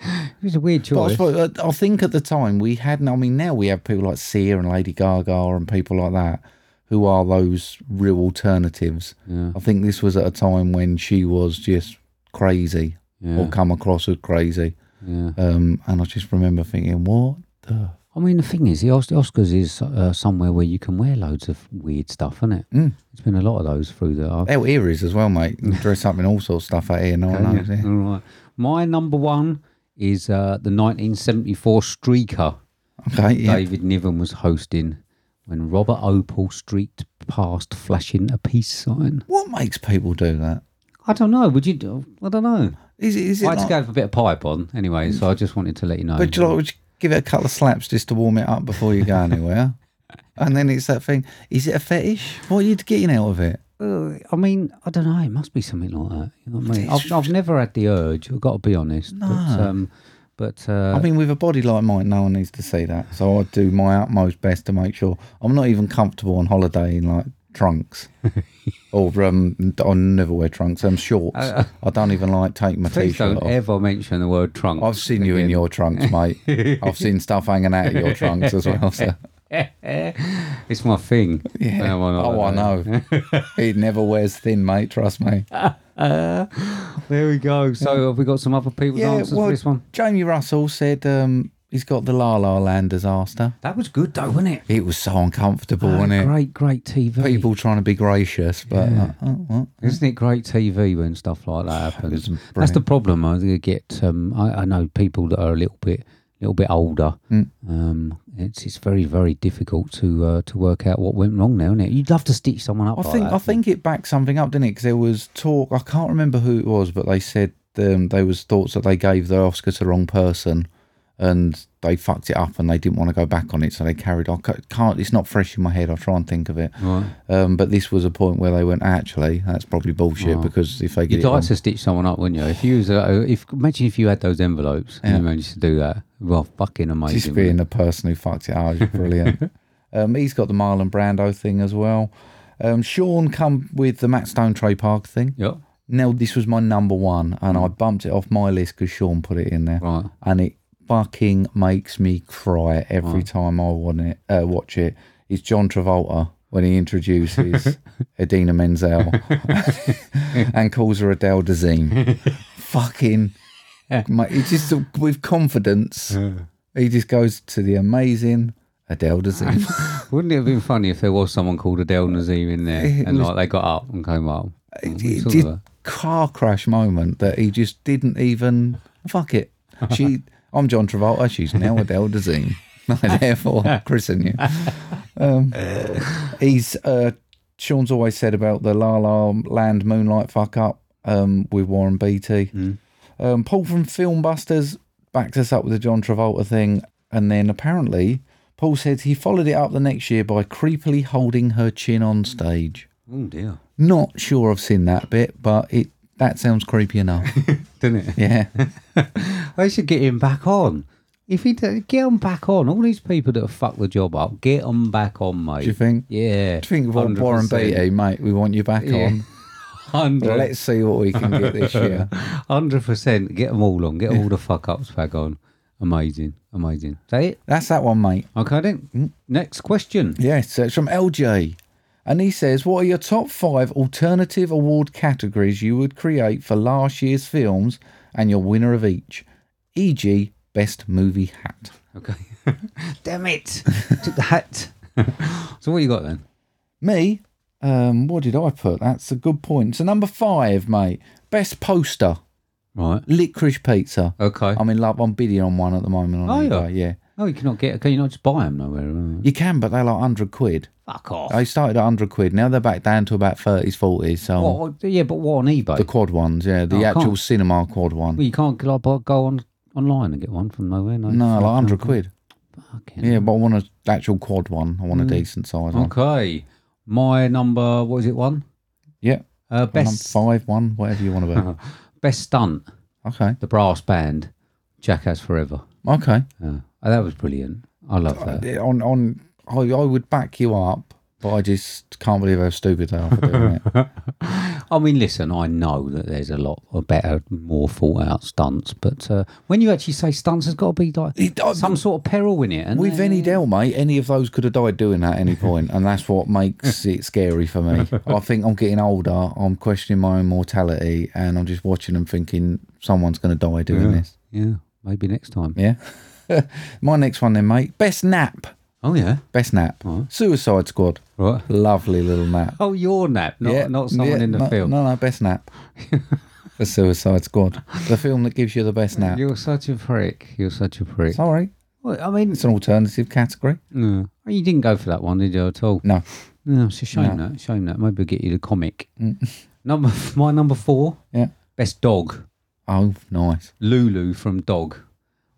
Speaker 2: it was a weird
Speaker 1: But I,
Speaker 2: choice.
Speaker 1: suppose, uh, I- I think at the time we hadn't. I mean, now we have people like Sia and Lady Gaga and people like that who are those
Speaker 2: Mm.
Speaker 1: real alternatives. I think this was at a time when she was just crazy.
Speaker 2: Yeah.
Speaker 1: or come across as crazy.
Speaker 2: yeah.
Speaker 1: Um, and I just remember thinking, what the?
Speaker 2: I mean, the thing is, the Os- Oscars is uh, somewhere where you can wear loads of weird stuff, isn't it?
Speaker 1: Mm.
Speaker 2: There's been a lot of those through the. I've-
Speaker 1: Hell, earrings as well, mate. You dress up in all sorts of stuff out here. No one knows.
Speaker 2: Yeah.
Speaker 1: Yeah.
Speaker 2: All right. My number one is uh, the 1974 Streaker
Speaker 1: Okay, yeah.
Speaker 2: David Niven was hosting when Robert Opal streaked past flashing a peace sign.
Speaker 1: What makes people do that?
Speaker 2: I don't know. Would you do? I don't know.
Speaker 1: Is it? Is it
Speaker 2: I had to
Speaker 1: like-
Speaker 2: go have a bit of pipe on anyway, so I just wanted to let you know.
Speaker 1: But do you like, would you give it a couple of slaps just to warm it up before you go anywhere? and then it's that thing. Is it a fetish? What are you getting out of it?
Speaker 2: Uh, I mean, I don't know. It must be something like that. You know what I mean? I've, I've never had the urge. I've got to be honest. But, um, but uh,
Speaker 1: I mean, with a body like mine, no one needs to see that. So I do my utmost best to make sure I'm not even comfortable on holiday in like trunks. or um, I never wear trunks. I'm shorts. I don't even like take my
Speaker 2: Uh, please
Speaker 1: t-shirt
Speaker 2: don't
Speaker 1: off.
Speaker 2: ever mention the word trunk.
Speaker 1: I've seen you in your trunks, mate. I've seen stuff hanging out of your trunks as well. So.
Speaker 2: Eh? It's my thing.
Speaker 1: Yeah.
Speaker 2: When I'm on
Speaker 1: Oh, I
Speaker 2: holiday.
Speaker 1: know. he never wears thin, mate. Trust me.
Speaker 2: There we go. So have we got some other people's answers for this one?
Speaker 1: Jamie Russell said um, he's got the La La Land disaster.
Speaker 2: That was good though, wasn't it?
Speaker 1: It was so uncomfortable, wasn't it?
Speaker 2: Great, great TV.
Speaker 1: People trying to be gracious, but uh, oh, well.
Speaker 2: Isn't it great TV when stuff like that happens?
Speaker 1: brilliant.
Speaker 2: That's the problem. I think you get. Um, I, I know people that are a little bit, little bit older.
Speaker 1: Mm.
Speaker 2: Um, it's it's very very difficult to uh, to work out what went wrong. Now, isn't it? You'd love to stitch someone up.
Speaker 1: I
Speaker 2: like
Speaker 1: think
Speaker 2: that.
Speaker 1: I think it backed something up, didn't it? Because there was talk. I can't remember who it was, but they said um, there was thoughts that they gave the Oscar to the wrong person, and they fucked it up, and they didn't want to go back on it, so they carried. on. I ca- can't. It's not fresh in my head. I'll try and think of it. Um, but this was a point where they went. Actually, that's probably bullshit because if they get
Speaker 2: You'd
Speaker 1: it
Speaker 2: like
Speaker 1: wrong,
Speaker 2: to stitch someone up, wouldn't you? If you was a, if imagine if you had those envelopes and you managed to do that. Well, fucking amazing.
Speaker 1: Just being the person who fucked it up is brilliant. um, he's got the Marlon Brando thing as well. Um, Sean come with the Matt Stone Trey Park thing.
Speaker 2: Yep.
Speaker 1: Now this was my number one, and I bumped it off my list because Sean put it in there,
Speaker 2: Right.
Speaker 1: and it fucking makes me cry every time I want it, uh, watch it. It's John Travolta when he introduces Edina Menzel and calls her Adele Dazeem. fucking, ma- it's just with confidence. He just goes to the amazing Adele Dazeem.
Speaker 2: Wouldn't it have been funny if there was someone called Adele Nazim in there and like they got up and came up?
Speaker 1: it,
Speaker 2: Sort
Speaker 1: did
Speaker 2: of a-
Speaker 1: car crash moment that he just didn't even fuck it. She, I'm John Travolta. She's now Adele Dazeem. I therefore christen you. Um, he's uh, Sean's always said about the La La Land Moonlight fuck up um, with Warren Beatty.
Speaker 2: Mm.
Speaker 1: Um, Paul from Filmbusters backed us up with the John Travolta thing, and then apparently Paul said he followed it up the next year by creepily holding her chin on stage.
Speaker 2: Oh dear.
Speaker 1: Not sure I've seen that bit, but it that sounds creepy enough.
Speaker 2: Didn't it?
Speaker 1: Yeah.
Speaker 2: They should get him back on. If he did, get him back on, all these people that have fucked the job up, get them back on, mate.
Speaker 1: Do you think?
Speaker 2: Yeah.
Speaker 1: Do you think Warren Warren Beatty, mate? We want you back
Speaker 2: Yeah.
Speaker 1: on. Let's see what we can get this year.
Speaker 2: Hundred percent. Get them all on. Get all the fuck ups back on. Amazing. Amazing. Is that it?
Speaker 1: That's that one, mate.
Speaker 2: Okay then.
Speaker 1: Hmm?
Speaker 2: Next question.
Speaker 1: Yes, it's from LJ, and he says, "What are your top five alternative award categories you would create for last year's films and your winner of each, e.g., best movie hat?"
Speaker 2: Okay. Damn it. Took the hat. so what you got then?
Speaker 1: Me, um, what did I put? That's a good point. So number five, mate, best poster,
Speaker 2: Right.
Speaker 1: licorice pizza.
Speaker 2: Okay.
Speaker 1: I'm in love. I'm bidding on one at the moment on
Speaker 2: Are you?
Speaker 1: eBay. Yeah,
Speaker 2: oh, you cannot get. Can you not just buy them nowhere? Uh,
Speaker 1: you can, but they're like hundred quid.
Speaker 2: Fuck off.
Speaker 1: They started at hundred quid. Now they're back down to about thirties, forties. So
Speaker 2: What- yeah, but what on eBay?
Speaker 1: the quad ones, yeah, the
Speaker 2: Oh, I
Speaker 1: actual
Speaker 2: can't.
Speaker 1: cinema quad one.
Speaker 2: Well, you can't like, bu- go on online and get one from nowhere. No,
Speaker 1: no, like
Speaker 2: Fucking-
Speaker 1: hundred quid.
Speaker 2: fucking- Mm.
Speaker 1: Yeah, but I want an actual quad one. I want a decent size one.
Speaker 2: Okay. My number. What is it? One.
Speaker 1: Yeah, one on
Speaker 2: Uh, best.
Speaker 1: five one, whatever you want to
Speaker 2: Best stunt.
Speaker 1: be. okay,
Speaker 2: The brass band. Jackass Forever. Uh,
Speaker 1: okay.
Speaker 2: Yeah. Oh, that was brilliant. I love that.
Speaker 1: On on, I, I would back you up But I just can't believe how stupid they are for doing it.
Speaker 2: I mean, listen, I know that there's a lot of better, more thought out stunts, but uh, when you actually say stunts, there's got to be like
Speaker 1: It- I-
Speaker 2: some sort of peril in it. And
Speaker 1: With any doubt, mate, any of those could have died doing that at any point, and that's what makes it scary for me. I think I'm getting older, I'm questioning my own mortality, and I'm just watching them thinking someone's going to die doing this.
Speaker 2: yeah, maybe next time.
Speaker 1: Yeah. my next one, then, mate. Best nap.
Speaker 2: Oh yeah,
Speaker 1: Best nap. Suicide Squad.
Speaker 2: right.
Speaker 1: Lovely little nap.
Speaker 2: Oh, your nap, not not someone
Speaker 1: yeah,
Speaker 2: in the
Speaker 1: no,
Speaker 2: film.
Speaker 1: No, no, best nap. the Suicide Squad. The film that gives you the best nap.
Speaker 2: You're such a prick. You're such a prick.
Speaker 1: Sorry.
Speaker 2: Well, I mean,
Speaker 1: It's an alternative category.
Speaker 2: no. you didn't go for that one, did you at all?
Speaker 1: No.
Speaker 2: No, it's a shame that. Shame that. Maybe we'll get you the comic. Number my number four.
Speaker 1: Mm. Yeah.
Speaker 2: Best dog,
Speaker 1: Oh, nice.
Speaker 2: Lulu from Dog.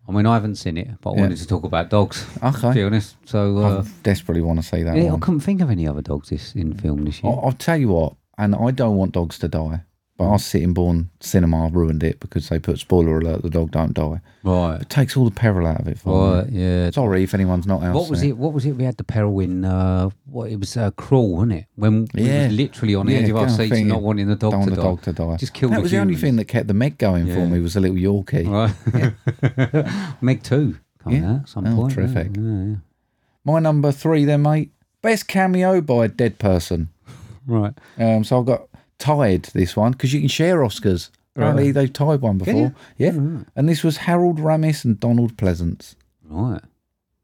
Speaker 2: I mean, I haven't seen it, but I
Speaker 1: Yeah.
Speaker 2: wanted to talk about dogs.
Speaker 1: Okay.
Speaker 2: To be honest, so uh,
Speaker 1: I desperately want to see that
Speaker 2: yeah, I
Speaker 1: one. Oh.
Speaker 2: couldn't think of any other dogs this in film this year.
Speaker 1: I'll, I'll tell you what, and I don't want dogs to die,
Speaker 2: Mm.
Speaker 1: but our Sittingbourne cinema ruined it because they put spoiler alert: the dog don't die.
Speaker 2: Right.
Speaker 1: It takes all the peril out of it for me.
Speaker 2: Right. Yeah.
Speaker 1: Sorry if anyone's not else.
Speaker 2: What was it? What was it? We had the peril in. Uh, what it was? Uh, cruel, wasn't it? When we
Speaker 1: Yeah.
Speaker 2: was literally on the edge of our seats, and not wanting the dog
Speaker 1: don't want
Speaker 2: to die.
Speaker 1: the dog to die.
Speaker 2: Just kill
Speaker 1: That
Speaker 2: the
Speaker 1: was the only
Speaker 2: humans.
Speaker 1: thing that kept the Meg going
Speaker 2: Yeah.
Speaker 1: for me was a little Yorkie.
Speaker 2: Right. Meg two coming
Speaker 1: Yeah.
Speaker 2: out at some
Speaker 1: Oh,
Speaker 2: point. yeah,
Speaker 1: terrific.
Speaker 2: Yeah, yeah.
Speaker 1: My number three, then, mate. Best cameo by a dead person.
Speaker 2: Right.
Speaker 1: Um, so I've got tied this one because you can share Oscars. Apparently, they've tied one before.
Speaker 2: you?
Speaker 1: Yeah. And this was Harold Ramis and Donald Pleasance.
Speaker 2: Right.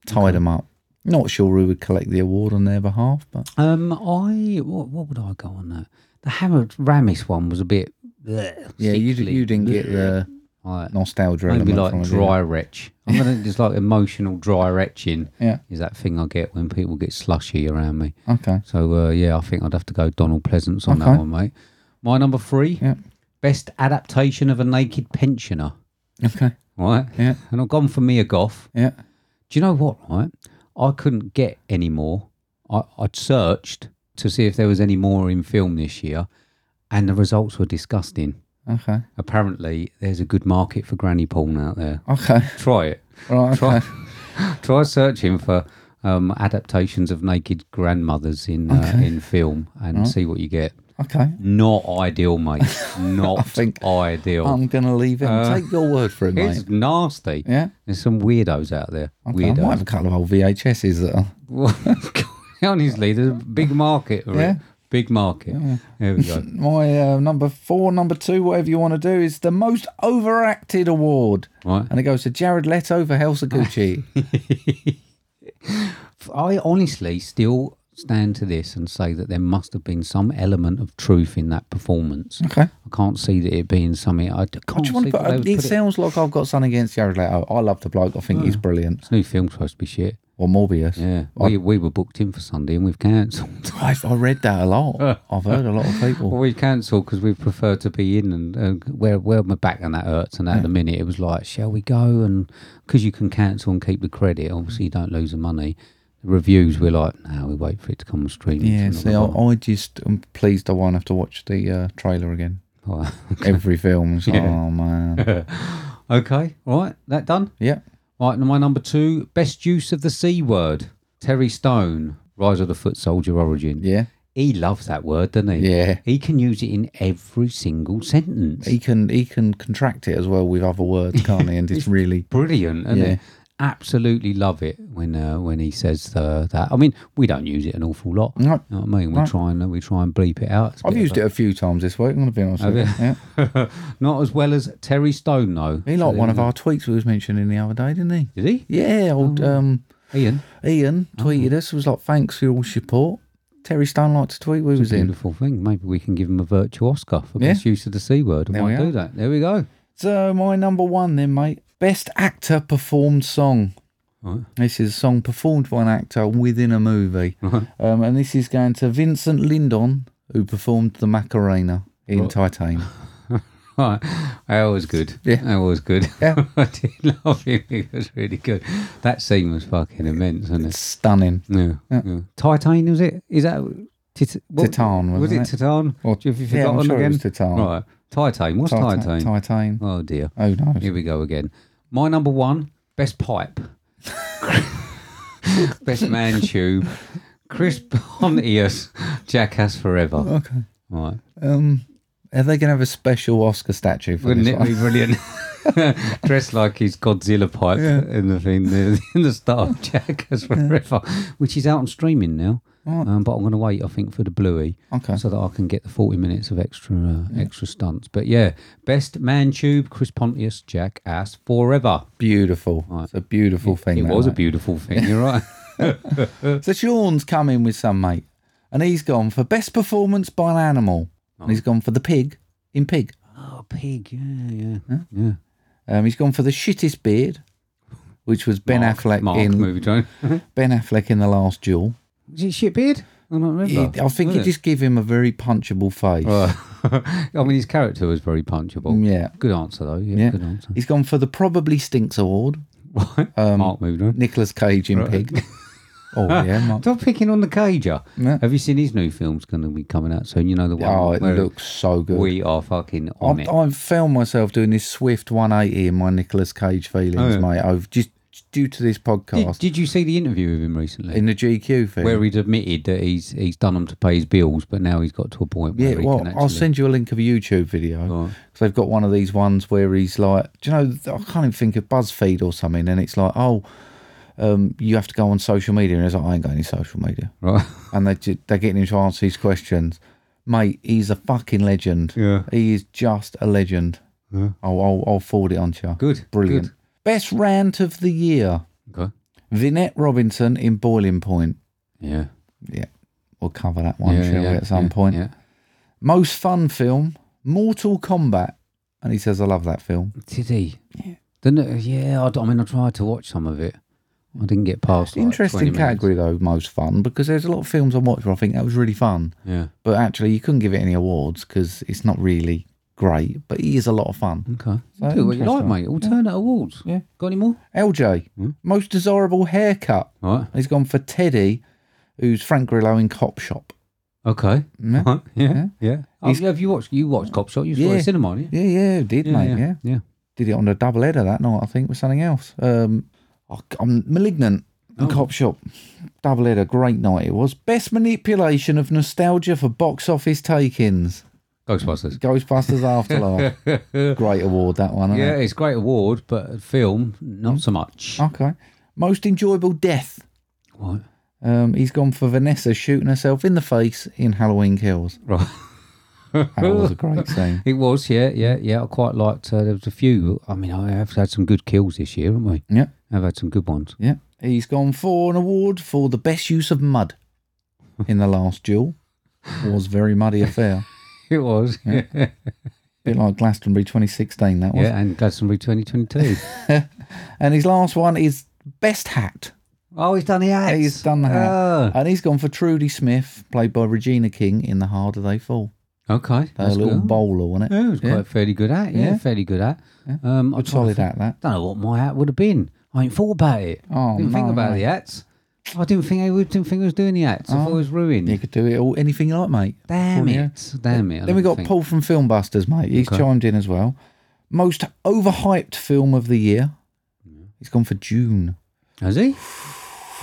Speaker 1: Tied them up. Not sure who would collect the award on their behalf, but
Speaker 2: Um, I what, what would I go on that? The Hammer Ramis one was a bit. bleh,
Speaker 1: yeah, you, d-
Speaker 2: sickly.
Speaker 1: you didn't get the
Speaker 2: Right.
Speaker 1: nostalgia
Speaker 2: Maybe
Speaker 1: element
Speaker 2: like
Speaker 1: from it, did you?
Speaker 2: dry retch. I'm gonna just like emotional dry retching.
Speaker 1: Yeah.
Speaker 2: Is that thing I get when people get slushy around me?
Speaker 1: Okay.
Speaker 2: So uh, yeah, I think I'd have to go Donald Pleasance on that
Speaker 1: Okay.
Speaker 2: one, mate. My number three,
Speaker 1: Yeah.
Speaker 2: best adaptation of a naked pensioner.
Speaker 1: Okay.
Speaker 2: Right.
Speaker 1: Yeah.
Speaker 2: And I've gone for Mia Goff.
Speaker 1: Yeah.
Speaker 2: Do you know what, right? I couldn't get any more. I, I'd searched to see if there was any more in film this year, and the results were disgusting.
Speaker 1: Okay.
Speaker 2: Apparently, there's a good market for granny porn out there.
Speaker 1: Okay.
Speaker 2: Try it.
Speaker 1: Right. Okay.
Speaker 2: Try, try searching for um, adaptations of naked grandmothers in uh, in film and see what you get.
Speaker 1: Okay.
Speaker 2: Not ideal, mate. Not
Speaker 1: think-
Speaker 2: ideal.
Speaker 1: I'm going to leave it. and
Speaker 2: Uh,
Speaker 1: Take your word for it, mate.
Speaker 2: it's nasty.
Speaker 1: Yeah.
Speaker 2: There's some weirdos out there.
Speaker 1: Okay. I
Speaker 2: Weirdos.
Speaker 1: might have a couple of old VHSs that are.
Speaker 2: Well, Honestly, there's a big market for
Speaker 1: Yeah.
Speaker 2: it. Big market. There we go.
Speaker 1: My uh, number four, number two, whatever you want to do, is the most overacted award.
Speaker 2: Right.
Speaker 1: And it goes to Jared Leto for House of Gucci.
Speaker 2: I honestly still stand to this and say that there must have been some element of truth in that performance.
Speaker 1: okay.
Speaker 2: I can't see that it being something. I d-
Speaker 1: Do
Speaker 2: can't
Speaker 1: you
Speaker 2: see
Speaker 1: want to
Speaker 2: that
Speaker 1: put,
Speaker 2: they
Speaker 1: uh,
Speaker 2: would
Speaker 1: it
Speaker 2: put it. Mm.
Speaker 1: sounds like I've got something against Jared Leto. I love the bloke. I think he's brilliant.
Speaker 2: This new film's supposed to be shit.
Speaker 1: Or Morbius.
Speaker 2: Yeah, we, we were booked in for Sunday and we've cancelled.
Speaker 1: I, I read that a lot. I've heard a lot of
Speaker 2: well,
Speaker 1: people.
Speaker 2: we cancelled because we prefer to be in and uh, where where my back and that hurts. And at the minute, it was like, shall we go? And because you can cancel and keep the credit, obviously you don't lose the money. The reviews were like, no, we wait for it to come on streaming.
Speaker 1: Yeah,
Speaker 2: It's
Speaker 1: see, I,
Speaker 2: another
Speaker 1: I just am pleased I won't have to watch the uh, trailer again.
Speaker 2: one."
Speaker 1: Every film. It's like, Oh, man.
Speaker 2: okay, all right, that done.
Speaker 1: yeah.
Speaker 2: Right, and my number two, best use of the c word. Terry Stone, Rise of the Foot Soldier Origin.
Speaker 1: Yeah.
Speaker 2: He loves that word, doesn't he?
Speaker 1: Yeah.
Speaker 2: He can use it in every single sentence.
Speaker 1: He can he can contract it as well with other words, can't he? And it's really
Speaker 2: brilliant and
Speaker 1: Yeah.
Speaker 2: absolutely love it when uh, when he says uh, that i mean we don't use it an awful lot
Speaker 1: No.
Speaker 2: you know what i mean we try and we try and bleep it out It's a
Speaker 1: Mm. I've
Speaker 2: bit of
Speaker 1: used it a few times this week. I'm going to be honest. With you. Yeah.
Speaker 2: a- not as well as terry stone though
Speaker 1: He liked one of our tweets we was mentioning the other day, didn't he?
Speaker 2: did he
Speaker 1: Yeah, old um,
Speaker 2: ian
Speaker 1: Ian tweeted us was like, "Thanks for your support." Terry Stone liked to tweet we was in.
Speaker 2: beautiful thing maybe we can give him a virtual oscar for best use of the c word and
Speaker 1: There
Speaker 2: might
Speaker 1: we
Speaker 2: do
Speaker 1: are.
Speaker 2: that there we go
Speaker 1: So uh, my number one then, mate, best actor performed song.
Speaker 2: Right.
Speaker 1: This is a song performed by an actor within a movie, um, and this is going to Vincent Lindon, who performed the Macarena in Titanic.
Speaker 2: Right. That was good.
Speaker 1: Yeah.
Speaker 2: That was good.
Speaker 1: Yeah.
Speaker 2: I did love him. It was really good. That scene was fucking immense, wasn't it?
Speaker 1: Stunning.
Speaker 2: Yeah. yeah. Titan was it? Is that Tit- what-
Speaker 1: Titan,
Speaker 2: Was
Speaker 1: wasn't
Speaker 2: it
Speaker 1: it?
Speaker 2: Titan?
Speaker 1: Or-
Speaker 2: Do you- have you
Speaker 1: yeah, I'm
Speaker 2: forgotten
Speaker 1: sure it
Speaker 2: again?
Speaker 1: was Titan.
Speaker 2: Right. Titan. What's Titan?
Speaker 1: Titan. Titan.
Speaker 2: Oh dear.
Speaker 1: Oh no.
Speaker 2: Here we go again. My number one, best pipe, best man tube, Chris Pontius, Jackass Forever. Okay. All right.
Speaker 1: Um, are they going to have a special Oscar statue for
Speaker 2: Wouldn't
Speaker 1: this
Speaker 2: it
Speaker 1: one?
Speaker 2: be brilliant? Dressed like his Godzilla pipe in the thing, the, in the start of Jackass Forever, which is out on streaming now. Um, but I'm going to wait, I think, for the Bluey,
Speaker 1: Okay.
Speaker 2: so that I can get the 40 minutes of extra uh, extra stunts. But yeah, best man tube, Chris Pontius, Jackass Forever.
Speaker 1: Beautiful. It's a beautiful thing.
Speaker 2: It
Speaker 1: that,
Speaker 2: was a
Speaker 1: mate.
Speaker 2: beautiful thing. You're right.
Speaker 1: So Sean's come in with some mate, and he's gone for best performance by an animal, and he's gone for the pig in Pig.
Speaker 2: oh, pig. Yeah, yeah, yeah.
Speaker 1: Um, he's gone for the shittest beard, which was Ben
Speaker 2: Mark-
Speaker 1: Affleck
Speaker 2: Mark
Speaker 1: in
Speaker 2: movie drone.
Speaker 1: Ben Affleck in the Last Duel.
Speaker 2: Was it Shitbeard? I don't remember.
Speaker 1: It- I think
Speaker 2: Was
Speaker 1: it just give him a very punchable face.
Speaker 2: Oh, I mean, his character was very punchable.
Speaker 1: Yeah.
Speaker 2: Good answer though. Yeah,
Speaker 1: Yeah.
Speaker 2: good answer.
Speaker 1: He's gone for the probably stinks award. Um,
Speaker 2: Mark moved on.
Speaker 1: Nicolas Cage in Pig. Oh yeah, Mark.
Speaker 2: Stop picking on the cager.
Speaker 1: No.
Speaker 2: Have you seen his new film's going to be coming out soon? You know the one.
Speaker 1: Oh, it
Speaker 2: where
Speaker 1: looks so good.
Speaker 2: We are fucking on
Speaker 1: I've,
Speaker 2: it.
Speaker 1: I've found myself doing this swift 180 in my Nicolas Cage feelings, mate. I've just due to this
Speaker 2: Oh, Did,
Speaker 1: podcast
Speaker 2: did you see the interview with him recently?
Speaker 1: in the GQ thing.
Speaker 2: where he'd admitted that he's he's done them to pay his bills, but now he's got to a point where
Speaker 1: yeah,
Speaker 2: he
Speaker 1: well,
Speaker 2: can actually.
Speaker 1: I'll send you a link of a YouTube video because they've got one of these ones where he's like, do you know, I can't even think of BuzzFeed or something, and it's like, oh, um, you have to go on social media, and he's like, I ain't got any social media,
Speaker 2: Right.
Speaker 1: and they ju- they're getting him to answer these questions. Mate, he's a fucking legend.
Speaker 2: Yeah.
Speaker 1: he is just a legend. I'll, I'll I'll forward it on to you.
Speaker 2: Good,
Speaker 1: brilliant.
Speaker 2: good.
Speaker 1: Best rant of the year:
Speaker 2: Okay.
Speaker 1: Vinette Robinson in Boiling Point.
Speaker 2: Yeah.
Speaker 1: Yeah, we'll cover that one,
Speaker 2: yeah,
Speaker 1: shall
Speaker 2: yeah,
Speaker 1: we, at some
Speaker 2: yeah,
Speaker 1: point?
Speaker 2: Yeah.
Speaker 1: Most fun film, Mortal Kombat. And he says, I love that film.
Speaker 2: Did he? Then, uh, yeah, I, d- I mean, I tried to watch some of it. I didn't get past. like,
Speaker 1: Interesting
Speaker 2: 20 minutes.
Speaker 1: category, though, most fun, because there's a lot of films I watched where I think that was really fun.
Speaker 2: Yeah.
Speaker 1: But actually, you couldn't give it any awards because it's not really great, but it is a lot of fun.
Speaker 2: Okay.
Speaker 1: So
Speaker 2: Do what you like,
Speaker 1: interesting.
Speaker 2: mate. Alternate awards. Yeah. Got any more?
Speaker 1: LJ, most desirable haircut.
Speaker 2: All right.
Speaker 1: He's gone for Teddy, who's Frank Grillo in Cop Shop.
Speaker 2: Okay.
Speaker 1: Yeah.
Speaker 2: Right. Yeah.
Speaker 1: Yeah.
Speaker 2: Yeah. Oh,
Speaker 1: He's-
Speaker 2: have you watched? You watched Cop Shot? You saw it
Speaker 1: Yeah.
Speaker 2: at cinema, didn't you?
Speaker 1: Yeah, yeah, did, mate. Yeah.
Speaker 2: Yeah. yeah.
Speaker 1: Did it on a double header that night, I think, with something else. Um, I, am malignant. and Cop Shop, double header, great night it was. Best manipulation of nostalgia for box office take-ins.
Speaker 2: Ghostbusters.
Speaker 1: Ghostbusters Afterlife, great award that one.
Speaker 2: Yeah,
Speaker 1: Isn't
Speaker 2: it's a great award, but film not so much.
Speaker 1: It? Okay. Most enjoyable death.
Speaker 2: Right.
Speaker 1: Um, he's gone for Vanessa shooting herself in the face in Halloween Kills.
Speaker 2: Right.
Speaker 1: That was a great scene.
Speaker 2: It was, yeah, yeah, yeah. I quite liked. Uh, there was a few. I mean, I have had some good kills this year, haven't we?
Speaker 1: Yeah.
Speaker 2: I've had some good ones.
Speaker 1: Yeah. He's gone for an award for the best use of mud in the last duel. Was very muddy affair.
Speaker 2: It was, yeah, yeah,
Speaker 1: bit like Glastonbury 2016, that was.
Speaker 2: and Glastonbury 2022.
Speaker 1: And his last one is best hat.
Speaker 2: oh, he's done the act.
Speaker 1: He's done the hat.
Speaker 2: Ah.
Speaker 1: And he's gone for Trudy Smith, played by Regina King in The Harder They Fall.
Speaker 2: Okay,
Speaker 1: A
Speaker 2: that's
Speaker 1: little
Speaker 2: good.
Speaker 1: bowler, wasn't it?
Speaker 2: Yeah, it was quite fairly good at. Yeah,
Speaker 1: Yeah.
Speaker 2: fairly good at. Um, I
Speaker 1: Good solid
Speaker 2: I
Speaker 1: hat, that.
Speaker 2: don't know what my hat would have been. I ain't thought about it.
Speaker 1: Oh,
Speaker 2: didn't think
Speaker 1: no, Oh.
Speaker 2: about
Speaker 1: mate.
Speaker 2: the hats. I didn't think I would- didn't think I was doing the hats. I thought it was ruined.
Speaker 1: You could do it all, anything you like, mate.
Speaker 2: Damn
Speaker 1: Wouldn't you?
Speaker 2: it! Damn it! I
Speaker 1: Then we
Speaker 2: didn't
Speaker 1: got
Speaker 2: think-
Speaker 1: Paul from Filmbusters, mate. He's chimed in as well. Most overhyped film of the year. He's gone for June.
Speaker 2: Has he?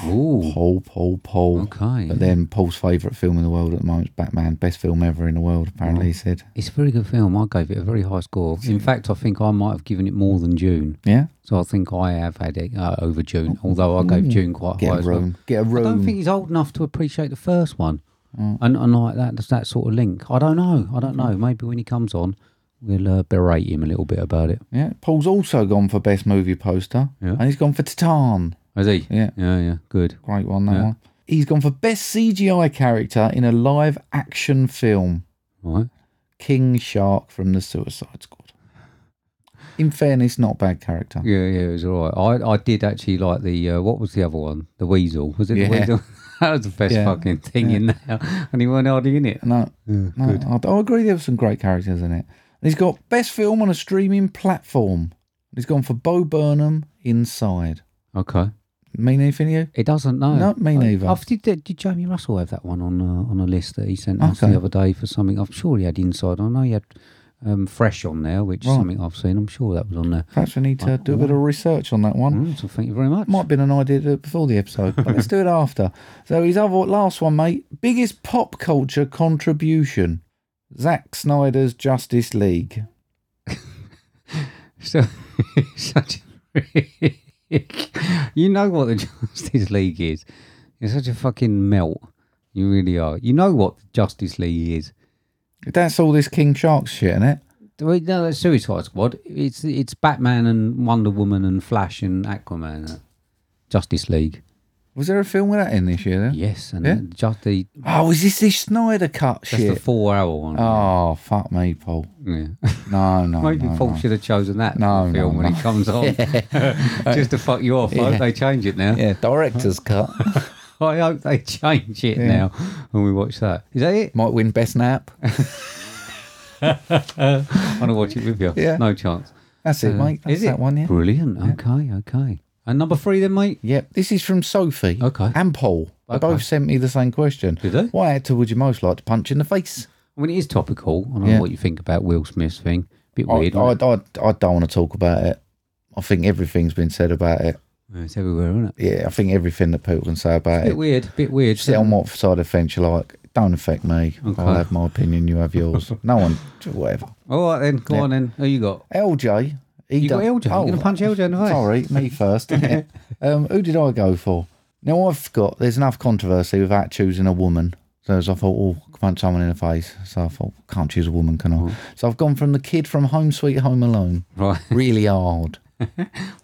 Speaker 2: Ooh.
Speaker 1: Paul, Paul, Paul.
Speaker 2: Okay.
Speaker 1: But then Paul's favourite film in the world at the moment is Batman, best film ever in the world, apparently,
Speaker 2: Mm.
Speaker 1: he said.
Speaker 2: It's a very good film. I gave it a very high score. In fact, I think I might have given it more than June.
Speaker 1: Yeah?
Speaker 2: So I think I have had it uh, over June, although I gave June quite high
Speaker 1: Get a
Speaker 2: as well.
Speaker 1: room. Get a
Speaker 2: I
Speaker 1: room.
Speaker 2: don't think he's old enough to appreciate the first one.
Speaker 1: Mm.
Speaker 2: And, and like that, that's that sort of link. I don't know. I don't know. Maybe when he comes on, we'll uh, berate him a little bit about it.
Speaker 1: Yeah, Paul's also gone for best movie poster,
Speaker 2: Yeah.
Speaker 1: and he's gone for Titan.
Speaker 2: Has he?
Speaker 1: Yeah.
Speaker 2: Yeah, yeah. Good.
Speaker 1: Great one, that
Speaker 2: Yeah.
Speaker 1: one. He's gone for best CGI character in a live action film,
Speaker 2: All right.
Speaker 1: King Shark from the Suicide Squad. In fairness, not bad character.
Speaker 2: Yeah, yeah, it was all right. I, I did actually like the, uh, what was the other one? The Weasel. Was it
Speaker 1: Yeah.
Speaker 2: the Weasel? that was the best
Speaker 1: Yeah.
Speaker 2: fucking thing in there. And he weren't hardly in it.
Speaker 1: No, no I, I agree. There were some great characters in it. And he's got best film on a streaming platform. He's gone for Bo Burnham Inside.
Speaker 2: Okay.
Speaker 1: Mean anything to you?
Speaker 2: It doesn't know.
Speaker 1: No, me neither.
Speaker 2: I've, did, did Jamie Russell have that one on uh, on a list that he sent us
Speaker 1: Okay.
Speaker 2: the other day for something? I'm sure he had inside. I know he had um, Fresh on there, which is
Speaker 1: Right.
Speaker 2: something I've seen. I'm sure that was on there.
Speaker 1: Perhaps we need to do a bit of research on that one.
Speaker 2: Mm, so thank you very much.
Speaker 1: Might have been an idea to do it before the episode, but let's do it after. So his other last one, mate. Biggest pop culture contribution. Zack Snyder's Justice League.
Speaker 2: So, such a you know what the Justice League is. You're such a fucking melt. You really are. You know what the Justice League is.
Speaker 1: That's all this King Shark shit, in it?
Speaker 2: Well, No, that's Suicide Squad. It's it's Batman and Wonder Woman and Flash and Aquaman. Justice League.
Speaker 1: Was there a film with that in this year then?
Speaker 2: Yes, and
Speaker 1: Yeah.
Speaker 2: then just the
Speaker 1: Oh, is this this Snyder cut
Speaker 2: that's the
Speaker 1: shit?
Speaker 2: four-hour one.
Speaker 1: oh, fuck me, Paul.
Speaker 2: yeah.
Speaker 1: No, no.
Speaker 2: Maybe
Speaker 1: no,
Speaker 2: Paul
Speaker 1: no.
Speaker 2: should have chosen that
Speaker 1: No,
Speaker 2: for
Speaker 1: no,
Speaker 2: the film when
Speaker 1: no.
Speaker 2: it comes on, just to fuck you off. I
Speaker 1: Yeah.
Speaker 2: hope they change it now.
Speaker 1: Yeah, director's cut.
Speaker 2: I hope they change it
Speaker 1: Yeah.
Speaker 2: now when we watch that. Is that it?
Speaker 1: Might win best nap.
Speaker 2: I want to watch it with you.
Speaker 1: Yeah.
Speaker 2: No chance.
Speaker 1: That's it,
Speaker 2: Uh,
Speaker 1: mate. That's
Speaker 2: is it?
Speaker 1: that one, yeah.
Speaker 2: Brilliant. Okay, okay. And number three then, mate?
Speaker 1: Yep. This is from Sophie
Speaker 2: Okay.
Speaker 1: and Paul. They
Speaker 2: Okay.
Speaker 1: both sent me the same question.
Speaker 2: Did they?
Speaker 1: What actor would you most like to punch in the face?
Speaker 2: I mean, it is topical. I don't
Speaker 1: Yeah. Oh,
Speaker 2: know what you think about Will Smith's thing. Bit
Speaker 1: I,
Speaker 2: weird.
Speaker 1: I,
Speaker 2: isn't it?
Speaker 1: I, I don't want to talk about it. I think everything's been said about it.
Speaker 2: Yeah, it's everywhere, isn't it?
Speaker 1: Yeah, I think everything that people can say about
Speaker 2: Bit
Speaker 1: it.
Speaker 2: weird. Bit weird.
Speaker 1: Sit on what side of the fence you like. Don't affect me.
Speaker 2: Okay.
Speaker 1: I'll have my opinion. You have yours. no one, whatever.
Speaker 2: All right then. Go
Speaker 1: Yeah.
Speaker 2: on then. Who you got?
Speaker 1: LJ. He
Speaker 2: You got
Speaker 1: done- Oh,
Speaker 2: LJ. You're gonna punch LJ in the face?
Speaker 1: Sorry, me first. innit? um, who did I go for? Now I've got. There's enough controversy without choosing a woman. So as I thought, oh, I could punch someone in the face. So I thought, can't choose a woman, can I?
Speaker 2: Mm.
Speaker 1: So I've gone from the kid from Home Sweet Home Alone,
Speaker 2: Right.
Speaker 1: really hard.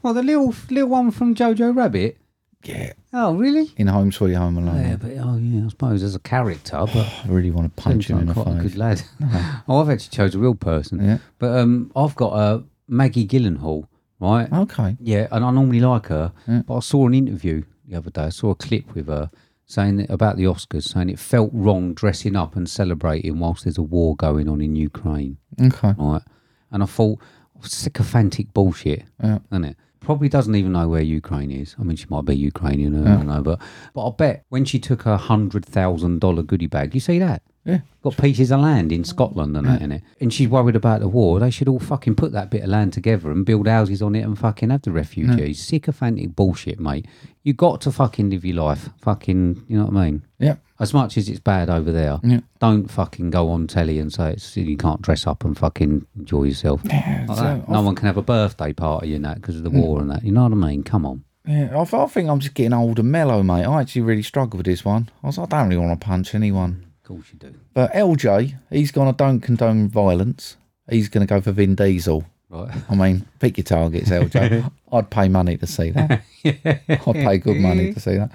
Speaker 2: Well, the little little one from Jojo Rabbit.
Speaker 1: Yeah,
Speaker 2: Oh, really?
Speaker 1: in Home Sweet Home Alone,
Speaker 2: Yeah, but oh yeah, I suppose as a character, but
Speaker 1: I really want to punch
Speaker 2: seems
Speaker 1: him in
Speaker 2: like
Speaker 1: the
Speaker 2: quite a good
Speaker 1: face.
Speaker 2: lad. Oh, I've actually chose a real person.
Speaker 1: Yeah.
Speaker 2: But um, I've got uh, Maggie Gyllenhaal, right?
Speaker 1: Okay.
Speaker 2: Yeah, and I normally like her,
Speaker 1: Yeah.
Speaker 2: but I saw an interview the other day. I saw a clip with her saying that, about the Oscars, saying it felt wrong dressing up and celebrating whilst there's a war going on in Ukraine,
Speaker 1: Okay.
Speaker 2: right? And I thought sycophantic bullshit,
Speaker 1: Yeah.
Speaker 2: isn't it? Probably doesn't even know where Ukraine is. I mean, she might be Ukrainian, I don't know, but but I bet when she took her hundred thousand dollar goodie bag, you see that?
Speaker 1: Yeah.
Speaker 2: Got pieces of land in Scotland and that in it, and she's worried about the war. They should all fucking put that bit of land together and build houses on it and fucking have the refugees. Sycophantic bullshit, mate. You got to fucking live your life. Fucking, you know what I mean?
Speaker 1: Yeah.
Speaker 2: As much as it's bad over there,
Speaker 1: Yeah.
Speaker 2: don't fucking go on telly and say it's you can't dress up and fucking enjoy yourself. Like that.
Speaker 1: So
Speaker 2: no one can have a birthday party and that because of the war and that. You know what I mean? Come on.
Speaker 1: Yeah, I, th- I think I'm just getting old and mellow, mate. I actually really struggled with this one. I was like, I don't really want to punch anyone.
Speaker 2: Of course you do.
Speaker 1: But LJ, he's gone. I don't condone violence. He's going to go for Vin Diesel.
Speaker 2: Right.
Speaker 1: I mean, pick your targets, LJ. I'd pay money to see that. I'd pay good money to see that.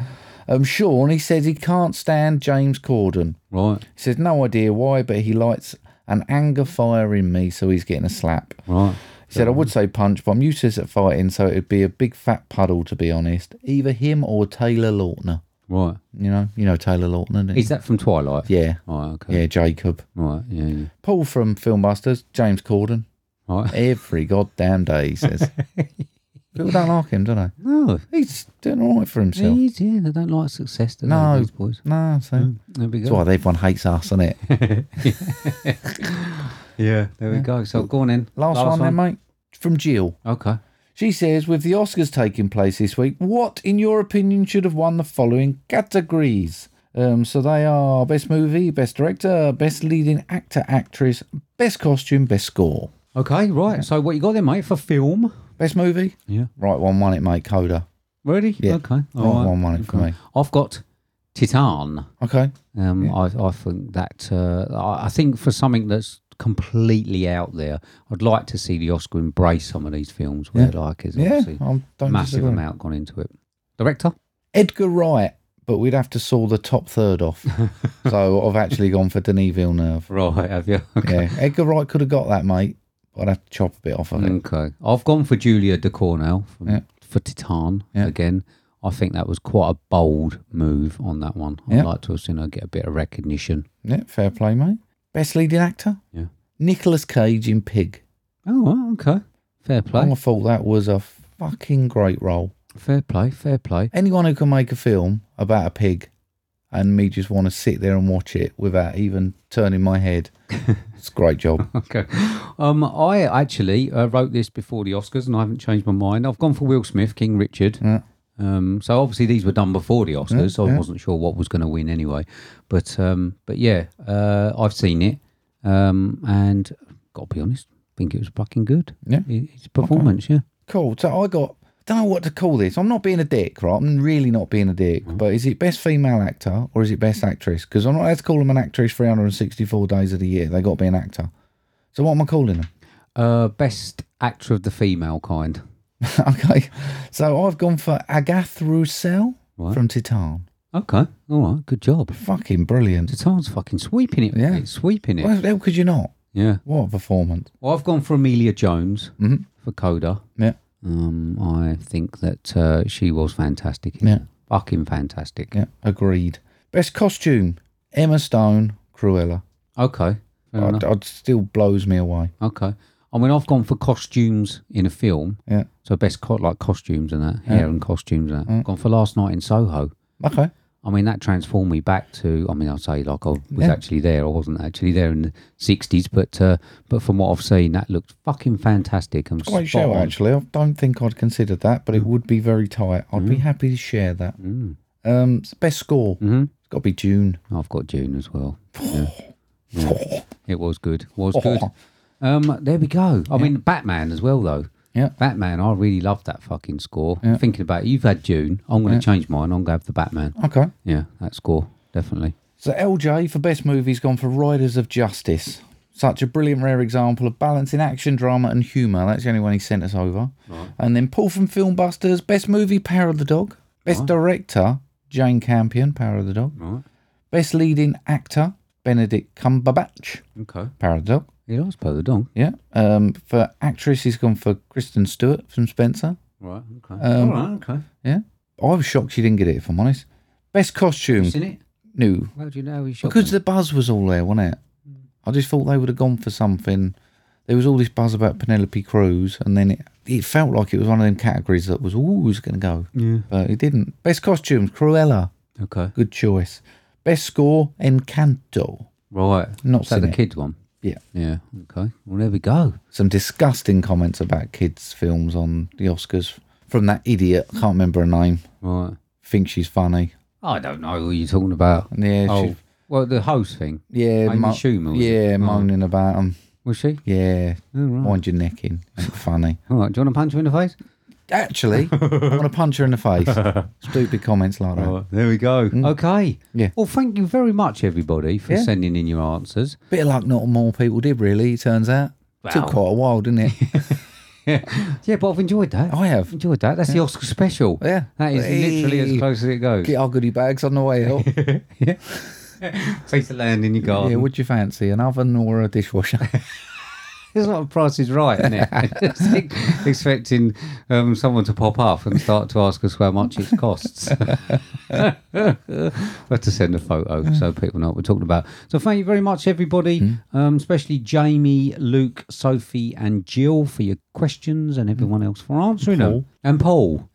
Speaker 1: Um, Sean, he says he can't stand James Corden.
Speaker 2: Right.
Speaker 1: He says no idea why, but he lights an anger fire in me, so he's getting a slap.
Speaker 2: Right.
Speaker 1: He said I would say punch, but I'm useless at fighting, so it'd be a big fat puddle to be honest. Either him or Taylor Lautner.
Speaker 2: Right.
Speaker 1: You know, you know Taylor Lautner. don't you?
Speaker 2: Is that from Twilight?
Speaker 1: yeah,
Speaker 2: Right. Okay.
Speaker 1: yeah, Jacob.
Speaker 2: Right. Yeah. yeah.
Speaker 1: Paul from Filmbusters, James Corden.
Speaker 2: Right.
Speaker 1: Every goddamn day, he says. People don't like him, do they?
Speaker 2: No.
Speaker 1: He's doing all right for himself.
Speaker 2: These, yeah, they don't like success, do they?
Speaker 1: No.
Speaker 2: These boys.
Speaker 1: No, so
Speaker 2: There we
Speaker 1: that's
Speaker 2: go.
Speaker 1: why everyone hates us, isn't it?
Speaker 2: Yeah. There we go. So go on in.
Speaker 1: Last, one, then, mate. From Jill.
Speaker 2: Okay.
Speaker 1: She says, with the Oscars taking place this week, what, in your opinion, should have won the following categories? Um, so they are best movie, best director, best leading actor, actress, best costume, best score.
Speaker 2: Okay. Right. So what you got there, mate, for film?
Speaker 1: Best movie?
Speaker 2: Yeah.
Speaker 1: Right one won it, mate. Coda.
Speaker 2: Really?
Speaker 1: Yeah.
Speaker 2: Okay.
Speaker 1: Right, one won it for me.
Speaker 2: I've got Titan.
Speaker 1: Okay.
Speaker 2: Um, I, I think that uh, I I think for something that's completely out there, I'd like to see the Oscar embrace some of these films where like is
Speaker 1: Yeah.
Speaker 2: obviously
Speaker 1: I don't
Speaker 2: massive
Speaker 1: disagree.
Speaker 2: amount gone into it. Director,
Speaker 1: Edgar Wright, but we'd have to saw the top third off. so I've actually gone for Denis Villeneuve.
Speaker 2: right? Have you? Okay.
Speaker 1: Yeah, Edgar Wright could have got that, mate. But I'd have to chop a bit off of it.
Speaker 2: Okay. I've gone for Julia de Cornell from,
Speaker 1: Yeah.
Speaker 2: for Titan
Speaker 1: Yeah.
Speaker 2: again. I think that was quite a bold move on that one. I'd
Speaker 1: Yeah.
Speaker 2: like to have seen her get a bit of recognition.
Speaker 1: Yeah, fair play, mate. Best leading actor?
Speaker 2: Yeah.
Speaker 1: Nicholas Cage in Pig.
Speaker 2: Oh, well, okay. Fair play.
Speaker 1: I thought that was a fucking great role.
Speaker 2: Fair play. Fair play.
Speaker 1: Anyone who can make a film about a pig and me just want to sit there and watch it without even turning my head. it's a great job.
Speaker 2: Okay. Um, I actually uh, wrote this before the Oscars, and I haven't changed my mind. I've gone for Will Smith, King Richard. Um, so obviously these were done before the Oscars. so I wasn't sure what was going to win anyway. But um, but yeah, uh, I've seen it, um, and got to be honest, think it was fucking good.
Speaker 1: Yeah.
Speaker 2: It- it's performance. Yeah.
Speaker 1: Cool. So I got. Don't know what to call this. I'm not being a dick, right? I'm really not being a dick.
Speaker 2: Mm.
Speaker 1: But is it best female actor or is it best actress? Because I'm not allowed to call them an actress 364 days of the year. They got to be an actor. So what am I calling them?
Speaker 2: Uh, best actor of the female kind.
Speaker 1: okay. So I've gone for Agatha Roussel
Speaker 2: Right.
Speaker 1: from Titan.
Speaker 2: Okay. All right. Good job.
Speaker 1: Fucking brilliant.
Speaker 2: Tatan's fucking sweeping it.
Speaker 1: Yeah.
Speaker 2: mate, sweeping it.
Speaker 1: Well, how could you not?
Speaker 2: Yeah.
Speaker 1: What a performance.
Speaker 2: Well, I've gone for Amelia Jones
Speaker 1: Mhm.
Speaker 2: for Coda.
Speaker 1: Yeah.
Speaker 2: Um, I think that uh, she was fantastic. in
Speaker 1: Yeah.
Speaker 2: it. Fucking fantastic.
Speaker 1: Yeah, agreed. Best costume Emma Stone, Cruella.
Speaker 2: Okay. Fair
Speaker 1: I'd,
Speaker 2: enough.
Speaker 1: I'd still blows me away.
Speaker 2: Okay. I mean, I've gone for costumes in a film.
Speaker 1: Yeah.
Speaker 2: So best co- like costumes and that, hair and costumes and that.
Speaker 1: Mm.
Speaker 2: I've gone for Last Night in Soho.
Speaker 1: Okay.
Speaker 2: I mean, that transformed me back to. I mean, I'd say like I was
Speaker 1: Yeah.
Speaker 2: actually there. I wasn't actually there in the '60s, but uh, but from what I've seen, that looked fucking fantastic. And
Speaker 1: Great
Speaker 2: spot
Speaker 1: show,
Speaker 2: on. Mm.
Speaker 1: actually. I don't think I'd considered that, but it would be very tight. I'd be happy to share that. Um, it's the best score.
Speaker 2: Mm-hmm.
Speaker 1: It's got to be June.
Speaker 2: I've got June as well. Yeah. Yeah. It was good. Was
Speaker 1: Oh.
Speaker 2: good. Um, there we go. I mean, Batman as well, though.
Speaker 1: Yeah.
Speaker 2: Batman, I really love that fucking score. Thinking about it, you've had June. I'm going to change mine. I'm going to have the Batman.
Speaker 1: Okay.
Speaker 2: Yeah, that score, definitely.
Speaker 1: So LJ for best movie's gone for Riders of Justice. Such a brilliant rare example of balancing action, drama, and humour. That's the only one he sent us over. And then Paul from Filmbusters, best movie, Power of the Dog. Best director, Jane Campion, Power of the Dog.
Speaker 2: Right.
Speaker 1: Best leading actor, Benedict Cumberbatch,
Speaker 2: Okay.
Speaker 1: Power of the Dog.
Speaker 2: He likes Poe the Dog.
Speaker 1: Yeah. Um, for actress, he's gone for Kristen Stewart from Spencer.
Speaker 2: Right. Okay.
Speaker 1: Um,
Speaker 2: All right. Okay.
Speaker 1: Yeah. I was shocked she didn't get it, if I'm honest. Best costume,
Speaker 2: You seen it?
Speaker 1: no.
Speaker 2: How do you know he's shot?
Speaker 1: Because the buzz was all there, wasn't it? I just thought they would have gone for something. There was all this buzz about Penelope Cruz, and then it, it felt like it was one of them categories that was always going to go.
Speaker 2: Yeah.
Speaker 1: But it didn't. Best costumes, Cruella.
Speaker 2: Okay.
Speaker 1: Good choice. Best score, Encanto.
Speaker 2: Right.
Speaker 1: Not
Speaker 2: Is that
Speaker 1: seen
Speaker 2: the
Speaker 1: it.
Speaker 2: kids one?
Speaker 1: Yeah.
Speaker 2: Yeah. Okay. Well, there we go.
Speaker 1: Some disgusting comments about kids' films on the Oscars from that idiot. Can't remember her name.
Speaker 2: Right.
Speaker 1: Think she's funny.
Speaker 2: I don't know who you're talking about.
Speaker 1: Yeah.
Speaker 2: oh,
Speaker 1: She,
Speaker 2: well, the host thing.
Speaker 1: yeah.
Speaker 2: Amy Schumer, was it?
Speaker 1: yeah.
Speaker 2: Oh.
Speaker 1: Moaning about 'em.
Speaker 2: Was she?
Speaker 1: Yeah.
Speaker 2: Oh, right.
Speaker 1: Wind your neck in. Ain't funny.
Speaker 2: All right. Do you want to punch him in the face?
Speaker 1: Actually, I want to punch her in the face. Stupid comments like that.
Speaker 2: there we go.
Speaker 1: Mm.
Speaker 2: Okay.
Speaker 1: Yeah.
Speaker 2: Well, thank you very much, everybody, for
Speaker 1: Yeah.
Speaker 2: sending in your answers.
Speaker 1: Bit of luck, not more people did really. It turns out took
Speaker 2: Wow.
Speaker 1: quite a while, didn't it?
Speaker 2: Yeah, but I've enjoyed that.
Speaker 1: I have.
Speaker 2: enjoyed that. That's the Oscar special.
Speaker 1: Yeah.
Speaker 2: That is literally as
Speaker 1: Hey.
Speaker 2: close as it goes.
Speaker 1: Get our goodie bags on the way out.
Speaker 2: Place the land in your garden.
Speaker 1: yeah, would you fancy an oven or a dishwasher?
Speaker 2: It's not a price is right, isn't it? Just ex- expecting um, someone to pop up and start to ask us how much it costs. we have to send a photo so people know what we're talking about. So thank you very much, everybody,
Speaker 1: Hmm.
Speaker 2: um, especially Jamie, Luke, Sophie, and Jill for your questions, and everyone else for answering them, and Paul.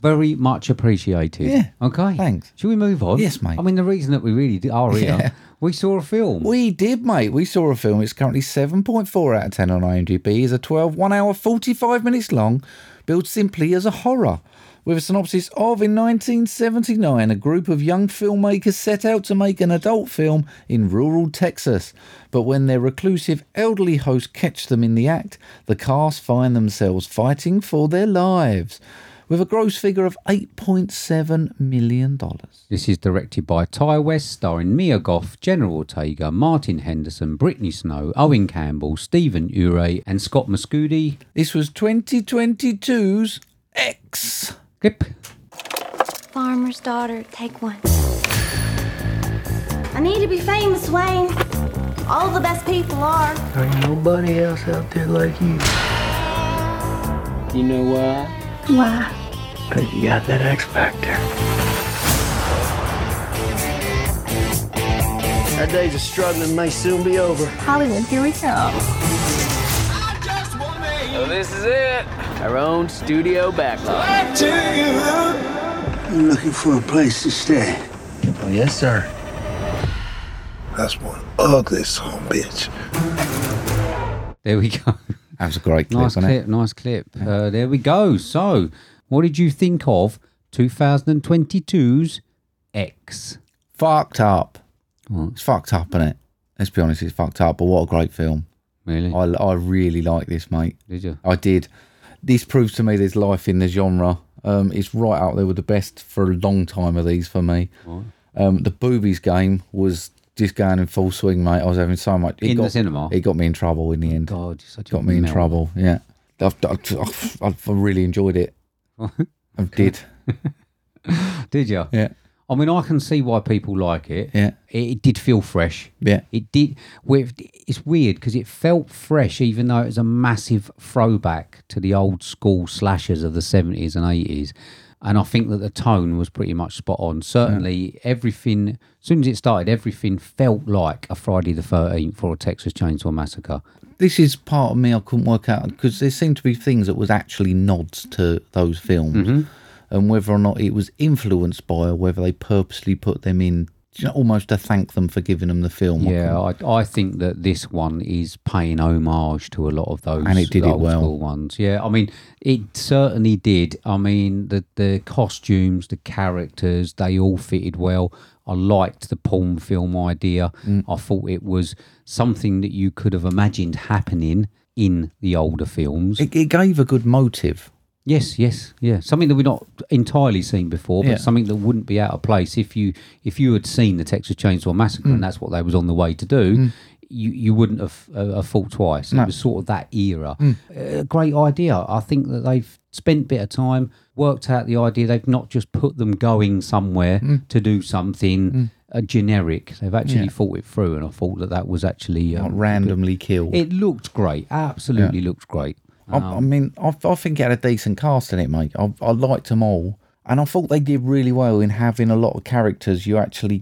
Speaker 2: Very much appreciated.
Speaker 1: Yeah.
Speaker 2: Okay.
Speaker 1: Thanks.
Speaker 2: Should we move on?
Speaker 1: Yes, mate.
Speaker 2: I mean, the reason that we really d- are here, we saw a film.
Speaker 1: we did, mate. We saw a film. It's currently 7.4 out of 10 on IMDb. It's a 12, 1 hour, 45 minutes long, billed simply as a horror. With a synopsis of in 1979, a group of young filmmakers set out to make an adult film in rural Texas. But when their reclusive elderly host catch them in the act, the cast find themselves fighting for their lives. With a gross figure of $8.7 million.
Speaker 2: This is directed by Ty West, starring Mia Goff, General Ortega, Martin Henderson, Brittany Snow, Owen Campbell, Stephen Ure, and Scott Muscudi.
Speaker 1: This was 2022's X.
Speaker 2: Clip.
Speaker 5: Farmer's daughter, take one. I need to be famous, Wayne. All the best people are.
Speaker 6: Ain't nobody else out there like you. You know why?
Speaker 5: Why?
Speaker 6: Because you got that X Factor. Our days of struggling may soon be over.
Speaker 5: Hollywood, here we come.
Speaker 6: So this is it. Our own studio backlog. I'm looking for a place to stay.
Speaker 7: Oh, yes, sir.
Speaker 6: That's one ugly son of a bitch.
Speaker 2: There we go.
Speaker 1: That was a great clip,
Speaker 2: nice
Speaker 1: wasn't
Speaker 2: clip,
Speaker 1: it?
Speaker 2: nice clip. Uh, there we go. So, what did you think of 2022's X?
Speaker 1: Fucked up.
Speaker 2: Right.
Speaker 1: It's fucked up, isn't it? Let's be honest, it's fucked up. But what a great film.
Speaker 2: Really?
Speaker 1: I, I really like this, mate.
Speaker 2: Did you?
Speaker 1: I did. This proves to me there's life in the genre. Um, it's right out there with the best for a long time of these for me. Um, the boobies game was just going in full swing, mate. I was having so much. It
Speaker 2: In the
Speaker 1: got,
Speaker 2: cinema?
Speaker 1: It got me in trouble in the end.
Speaker 2: God, you're such a
Speaker 1: got me in
Speaker 2: melt.
Speaker 1: trouble. Yeah, I've, I've, I've really enjoyed it. I did.
Speaker 2: Did you?
Speaker 1: Yeah,
Speaker 2: I mean, I can see why people like it.
Speaker 1: Yeah.
Speaker 2: It, it did feel fresh.
Speaker 1: Yeah.
Speaker 2: It did. with- It's weird because it felt fresh, even though it was a massive throwback to the old school slashers of the 70s and 80s. And I think that the tone was pretty much spot on. Certainly, everything, as soon as it started, everything felt like a Friday the 13th or a Texas Chainsaw Massacre.
Speaker 1: this is part of me I couldn't work out because there seemed to be things that was actually nods to those films, and whether or not it was influenced by or whether they purposely put them in, you know, almost to thank them for giving them the film. I
Speaker 2: Yeah, I, I think that this one is paying homage to a lot of those
Speaker 1: And it did it
Speaker 2: old
Speaker 1: well.
Speaker 2: school ones. Yeah, I mean, it certainly did. I mean, the the costumes, the characters, they all fitted well. I liked the porn film idea.
Speaker 1: Mm.
Speaker 2: I thought it was something that you could have imagined happening in the older films.
Speaker 1: It, it gave a good motive.
Speaker 2: Yes, yes, yeah. Something that we've not entirely seen before, but
Speaker 1: Yeah.
Speaker 2: something that wouldn't be out of place if you if you had seen the Texas Chainsaw Massacre
Speaker 1: Mm.
Speaker 2: and that's what they was on the way to do. You, you wouldn't have, uh, have thought twice. It was sort of that era.
Speaker 1: Mm.
Speaker 2: A great idea. I think that they've spent a bit of time, worked out the idea. They've not just put them going somewhere
Speaker 1: Mm.
Speaker 2: to do something uh, generic. They've actually thought it through, and I thought that that was actually
Speaker 1: Not
Speaker 2: um,
Speaker 1: randomly killed.
Speaker 2: It looked great. Absolutely looked great.
Speaker 1: I, I mean, I, I think it had a decent cast in it, mate. I, I liked them all, and I thought they did really well in having a lot of characters you actually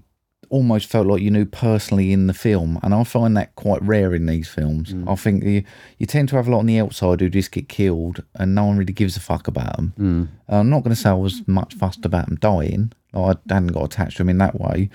Speaker 1: almost felt like you knew personally in the film, and I find that quite rare in these films. I think you, you tend to have a lot on the outside who just get killed, and no one really gives a fuck about them. I'm not going to say I was much fussed about them dying. Like, I hadn't got attached to them in that way.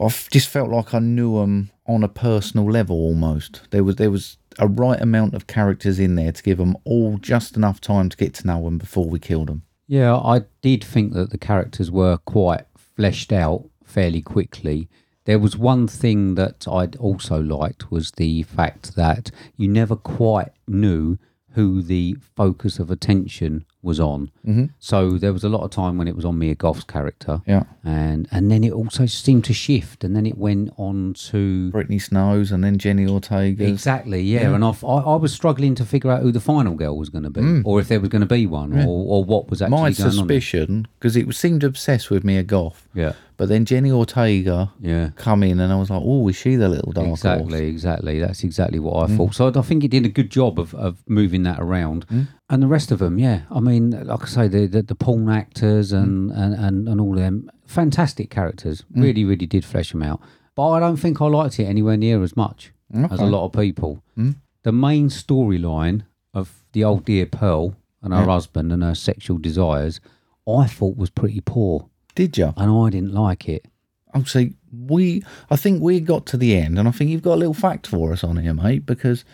Speaker 1: I f- just felt like I knew them on a personal level almost. There was there was a right amount of characters in there to give them all just enough time to get to know them before we killed them.
Speaker 2: Yeah, I did think that the characters were quite fleshed out fairly quickly. There was one thing that I'd also liked was the fact that you never quite knew who the focus of attention was on. Mm-hmm. So there was a lot of time when it was on Mia Goff's character.
Speaker 1: Yeah.
Speaker 2: And and then it also seemed to shift and then it went on to
Speaker 1: Brittany Snows and then Jenny Ortega.
Speaker 2: Exactly, yeah. And I, f- I- I was struggling to figure out who the final girl was going to be, or if there was going to be one, or, or what was actually
Speaker 1: My
Speaker 2: going on. there.
Speaker 1: suspicion, because it seemed obsessed with me a goth.
Speaker 2: Yeah,
Speaker 1: But then Jenny Ortega
Speaker 2: yeah.
Speaker 1: come in and I was like, oh, is she the little dark
Speaker 2: Exactly, exactly. That's exactly what I thought. So I think it did a good job of, of moving that around. And the rest of them, yeah. I mean, like I say, the the, the porn actors and, and, and, and all them, fantastic characters. Really, really did flesh them out. But I don't think I liked it anywhere near as much as a lot of people. The main storyline of the old dear Pearl and her husband and her sexual desires, I thought was pretty poor.
Speaker 1: Did you?
Speaker 2: And I didn't like it.
Speaker 1: obviously we I think we got to the end and I think you've got a little fact for us on here, mate, because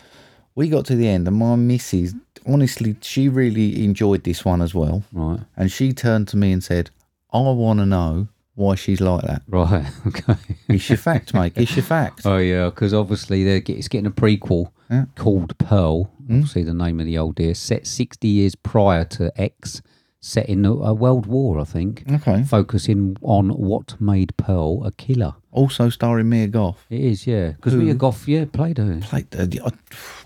Speaker 1: we got to the end and my missus honestly she really enjoyed this one as well.
Speaker 2: Right.
Speaker 1: And she turned to me and said, I wanna know why she's like that.
Speaker 2: Right. Okay.
Speaker 1: It's your fact, mate. It's your fact.
Speaker 2: Oh yeah, because obviously they're get, it's getting a prequel called Pearl.
Speaker 1: Hmm.
Speaker 2: Obviously, the name of the old dear set sixty years prior to X, set in a, a world war, I think,
Speaker 1: Okay.
Speaker 2: focusing on what made Pearl a killer.
Speaker 1: Also starring Mia Goff.
Speaker 2: It is, yeah, because Mia Goff, yeah, played her.
Speaker 1: Like uh, the,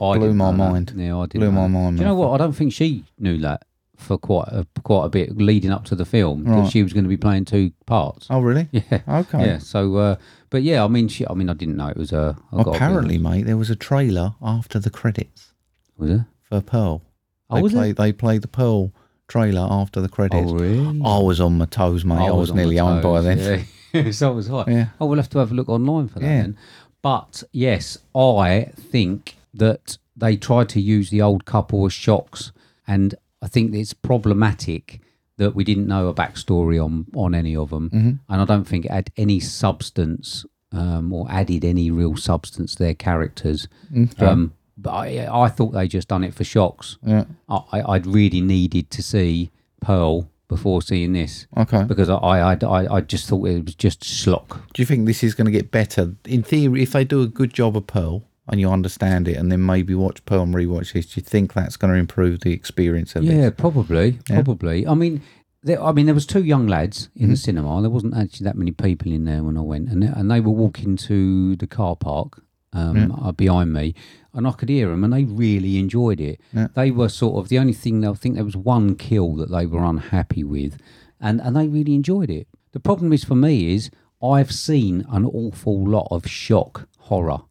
Speaker 2: I
Speaker 1: blew
Speaker 2: didn't
Speaker 1: my
Speaker 2: know that.
Speaker 1: mind.
Speaker 2: Yeah, I did.
Speaker 1: Blew my mind,
Speaker 2: Do you know
Speaker 1: man.
Speaker 2: what? I don't think she knew that for quite a, quite a bit leading up to the film that
Speaker 1: Right.
Speaker 2: she was going to be playing two parts.
Speaker 1: Oh really?
Speaker 2: Yeah.
Speaker 1: Okay.
Speaker 2: Yeah. So, uh, but yeah, I mean, she. I mean, I didn't know it was her. I gotta be
Speaker 1: Apparently, mate, there was a trailer after the credits
Speaker 2: honest. was it?
Speaker 1: for Pearl.
Speaker 2: Oh,
Speaker 1: They
Speaker 2: was there?
Speaker 1: play they play the Pearl trailer after the credits.
Speaker 2: Oh, really?
Speaker 1: I was on my toes, mate. I, was,
Speaker 2: on
Speaker 1: nearly
Speaker 2: my
Speaker 1: on by
Speaker 2: toes,
Speaker 1: then.
Speaker 2: Yeah. so was I.
Speaker 1: Yeah.
Speaker 2: Oh, we'll have to have a look online for that
Speaker 1: Yeah.
Speaker 2: then. But yes, I think that they tried to use the old couple as shocks, and I think it's problematic that we didn't know a backstory on on any of them,
Speaker 1: Mm-hmm.
Speaker 2: and I don't think it had any substance um, or added any real substance to their characters.
Speaker 1: Mm,
Speaker 2: Um, but I, I thought they just done it for shocks.
Speaker 1: Yeah.
Speaker 2: I, I- I'd really needed to see Pearl before seeing this
Speaker 1: Okay.
Speaker 2: because I, I, I'd- I, I just thought it was just schlock.
Speaker 1: Do you think this is going to get better? In theory, if they do a good job of Pearl and you understand it, and then maybe watch Pearl and rewatch this, do you think that's going to improve the experience of
Speaker 2: Yeah,
Speaker 1: this?
Speaker 2: probably, probably. I mean, there, I mean, there was two young lads in the cinema. and There wasn't actually that many people in there when I went, and and they were walking to the car park um, uh, behind me, and I could hear them, and they really enjoyed it. They were sort of the only thing. that I think there was one kill that they were unhappy with, and and they really enjoyed it. The problem is for me is I've seen an awful lot of shock horror.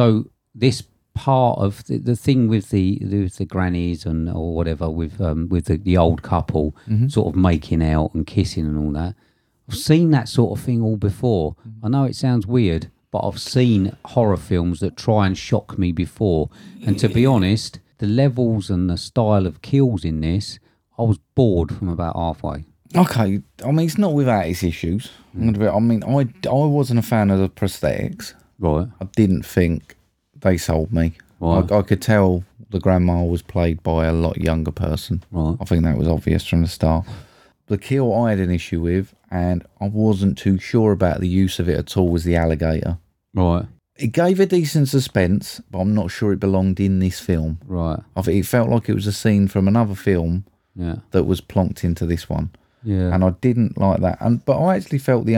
Speaker 2: So this part of the, the thing with the with the grannies and or whatever with um, with the, the old couple
Speaker 1: Mm-hmm.
Speaker 2: sort of making out and kissing and all that. I've seen that sort of thing all before.
Speaker 1: Mm-hmm.
Speaker 2: I know it sounds weird, but I've seen horror films that try and shock me before. And to be honest, the levels and the style of kills in this, I was bored from about halfway.
Speaker 1: Okay, I mean, it's not without its issues.
Speaker 2: Hmm.
Speaker 1: I'm gonna be, I mean, I, I wasn't a fan of the prosthetics.
Speaker 2: Right.
Speaker 1: I didn't think they sold me.
Speaker 2: Right.
Speaker 1: I, I could tell the grandma was played by a lot younger person.
Speaker 2: Right.
Speaker 1: I think that was obvious from the start. The kill I had an issue with, and I wasn't too sure about the use of it at all, was the alligator.
Speaker 2: Right.
Speaker 1: It gave a decent suspense, but I'm not sure it belonged in this film.
Speaker 2: Right.
Speaker 1: I think it felt like it was a scene from another film
Speaker 2: Yeah.
Speaker 1: that was plonked into this one,
Speaker 2: Yeah.
Speaker 1: and I didn't like that. And but I actually felt the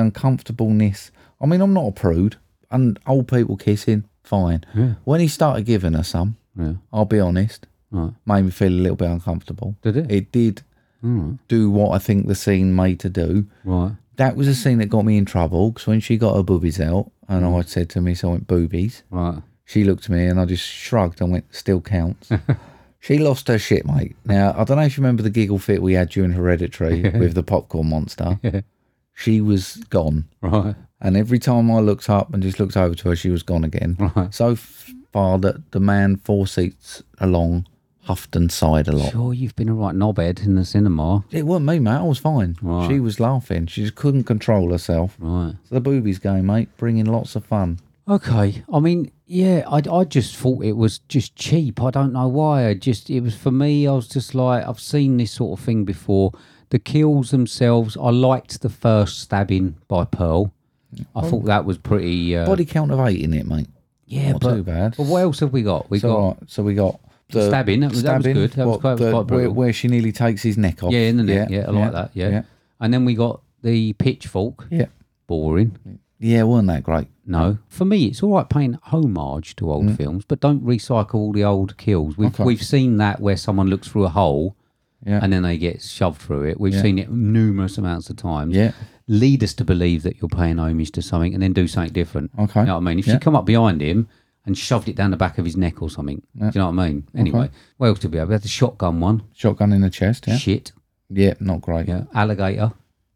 Speaker 1: uncomfortableness. I mean, I'm not a prude, and old people kissing, fine.
Speaker 2: Yeah.
Speaker 1: When he started giving her some,
Speaker 2: Yeah.
Speaker 1: I'll be honest,
Speaker 2: Right.
Speaker 1: made me feel a little bit uncomfortable.
Speaker 2: Did it?
Speaker 1: It did
Speaker 2: Mm.
Speaker 1: do what I think the scene made to do.
Speaker 2: Right.
Speaker 1: That was a scene that got me in trouble because when she got her boobies out and I said to me, so I went, boobies,
Speaker 2: Right.
Speaker 1: she looked at me and I just shrugged and went, still counts. she lost her shit, mate. Now, I don't know if you remember the giggle fit we had during Hereditary with the popcorn monster. She was gone.
Speaker 2: Right.
Speaker 1: And every time I looked up and just looked over to her, she was gone again.
Speaker 2: Right.
Speaker 1: So far that the man four seats along huffed and sighed a lot.
Speaker 2: Sure, you've been a right knobhead in the cinema.
Speaker 1: It wasn't me, mate. I was fine.
Speaker 2: Right.
Speaker 1: She was laughing. She just couldn't control herself.
Speaker 2: Right.
Speaker 1: So the boobies game, mate, bringing lots of fun.
Speaker 2: Okay. I mean, yeah, I, I just thought it was just cheap. I don't know why. I just, it was for me, I was just like, I've seen this sort of thing before. The kills themselves, I liked the first stabbing by Pearl. I thought that was pretty. Uh,
Speaker 1: Body count of eight in it, mate.
Speaker 2: yeah,
Speaker 1: not
Speaker 2: but,
Speaker 1: too bad.
Speaker 2: but what else have we got? We
Speaker 1: So,
Speaker 2: got.
Speaker 1: all right, so we got the
Speaker 2: Stabbing, that was- that was good. That was
Speaker 1: what,
Speaker 2: quite-
Speaker 1: the-
Speaker 2: quite
Speaker 1: where,
Speaker 2: brutal.
Speaker 1: where she nearly takes his neck off.
Speaker 2: Yeah, in the neck. Yeah, I like that. Yeah.
Speaker 1: yeah,
Speaker 2: And then we got the pitchfork.
Speaker 1: yeah.
Speaker 2: Boring.
Speaker 1: Yeah, weren't that great?
Speaker 2: No, Um, for me, it's all right paying homage to old films, but don't recycle all the old kills. We've
Speaker 1: Mm. Okay.
Speaker 2: we've seen that where someone looks through a hole,
Speaker 1: Yeah.
Speaker 2: and then they get shoved through it. We've
Speaker 1: Yeah.
Speaker 2: seen it numerous amounts of times.
Speaker 1: Yeah.
Speaker 2: lead us to believe that you're paying homage to something, and then do something different.
Speaker 1: Okay.
Speaker 2: you know what I mean. If
Speaker 1: Yeah.
Speaker 2: you come up behind him and shoved it down the back of his neck or something, do you know what I mean? Anyway, what else did we have? We had the shotgun one.
Speaker 1: Shotgun in the chest. Yeah,
Speaker 2: Shit.
Speaker 1: yeah, not great.
Speaker 2: Yeah. Alligator.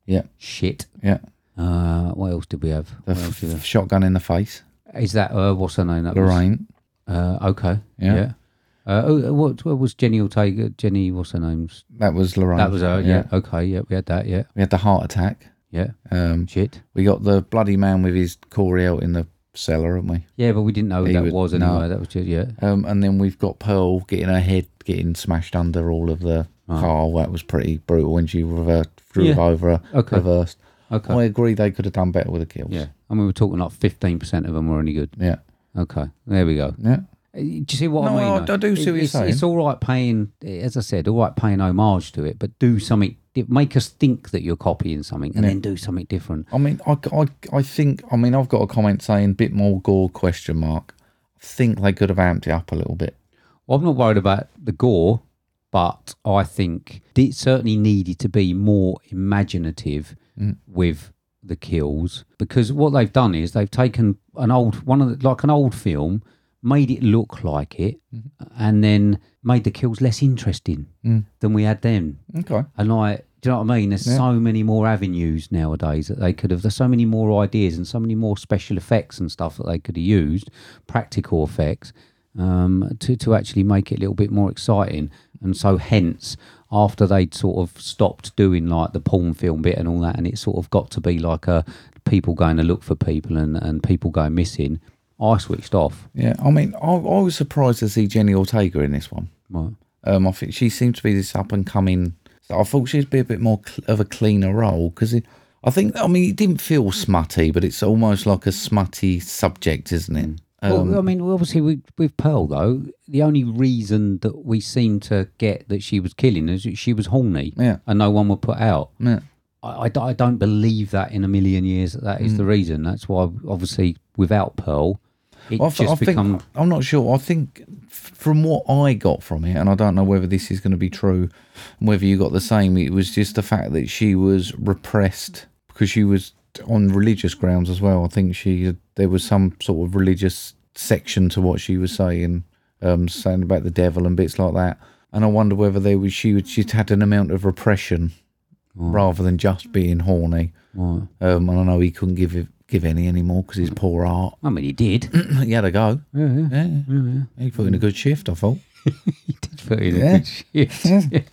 Speaker 1: yeah,
Speaker 2: Shit.
Speaker 1: yeah.
Speaker 2: Uh, what else did we have?
Speaker 1: The
Speaker 2: What else
Speaker 1: f-
Speaker 2: did we have?
Speaker 1: shotgun in the face.
Speaker 2: Is that uh, what's her name? That was-
Speaker 1: Lorraine.
Speaker 2: Uh, okay.
Speaker 1: Yeah.
Speaker 2: Yeah. Uh, oh, what, what was Jenny Ortega? Jenny, what's her name?
Speaker 1: That was Lorraine.
Speaker 2: That was her. Yeah. Okay. Yeah, we had that. Yeah.
Speaker 1: We had the heart attack.
Speaker 2: Yeah.
Speaker 1: Um,
Speaker 2: Shit.
Speaker 1: we got the bloody man with his Corey out in the cellar, haven't we?
Speaker 2: Yeah, but we didn't know who
Speaker 1: He
Speaker 2: that
Speaker 1: was-
Speaker 2: was
Speaker 1: no.
Speaker 2: anyway. That was just yeah.
Speaker 1: Um, and then we've got Pearl getting her head getting smashed under all of the car. That was pretty brutal when she reversed, drove
Speaker 2: Yeah.
Speaker 1: over her,
Speaker 2: Okay.
Speaker 1: reversed.
Speaker 2: Okay.
Speaker 1: I agree they could have done better with the kills.
Speaker 2: Yeah. And we were talking like fifteen percent of them were any good.
Speaker 1: Yeah.
Speaker 2: Okay. There we go.
Speaker 1: Yeah.
Speaker 2: Uh, Do you see what
Speaker 1: No,
Speaker 2: I mean?
Speaker 1: I-
Speaker 2: though?
Speaker 1: I do see what you're
Speaker 2: it's, It's
Speaker 1: saying.
Speaker 2: all right paying, as I said, all right paying homage to it, but do something. Make us think that you're copying something, and then do something different.
Speaker 1: I mean, I, I, I think, I mean, I've got a comment saying bit more gore question mark. I think they could have amped it up a little bit.
Speaker 2: Well, I'm not worried about the gore, but I think it certainly needed to be more imaginative with the kills because what they've done is they've taken an old one of the, like an old film, made it look like it, and then made the kills less interesting than we had then.
Speaker 1: Okay.
Speaker 2: And like, do you know what I mean? There's so many more avenues nowadays that they could have. There's so many more ideas and so many more special effects and stuff that they could have used, practical effects, um, to to actually make it a little bit more exciting. And so, hence, after they'd sort of stopped doing like the porn film bit and all that, and it sort of got to be like a people going to look for people and, and people going missing. I switched off.
Speaker 1: Yeah, I mean, I, I was surprised to see Jenny Ortega in this one.
Speaker 2: Right.
Speaker 1: Um, I think she seemed to be this up and coming. I thought she'd be a bit more cl- of a cleaner role because I think, I mean, it didn't feel smutty, but it's almost like a smutty subject, isn't it? Um,
Speaker 2: well, I mean, obviously with, with Pearl though, the only reason that we seem to get that she was killing is that she was horny,
Speaker 1: Yeah.
Speaker 2: and no one would put out.
Speaker 1: yeah.
Speaker 2: I, I d- I don't believe that in a million years that, that is
Speaker 1: Mm.
Speaker 2: the reason. That's why, obviously, without Pearl, it
Speaker 1: I, th-
Speaker 2: just
Speaker 1: I
Speaker 2: become
Speaker 1: think I'm not sure. I think f- from what I got from it, and I don't know whether this is going to be true, whether you got the same. It was just the fact that she was repressed because she was on religious grounds as well. I think she there was some sort of religious section to what she was saying, um, saying about the devil and bits like that. And I wonder whether they was she would she'd had an amount of repression rather than just being horny.
Speaker 2: Right.
Speaker 1: Um, and I know he couldn't give it, give any anymore because his poor art.
Speaker 2: I mean, he did.
Speaker 1: he had a go.
Speaker 2: yeah, yeah.
Speaker 1: Yeah. He put in a good shift, I thought.
Speaker 2: he did put in
Speaker 1: Yeah.
Speaker 2: a good shift.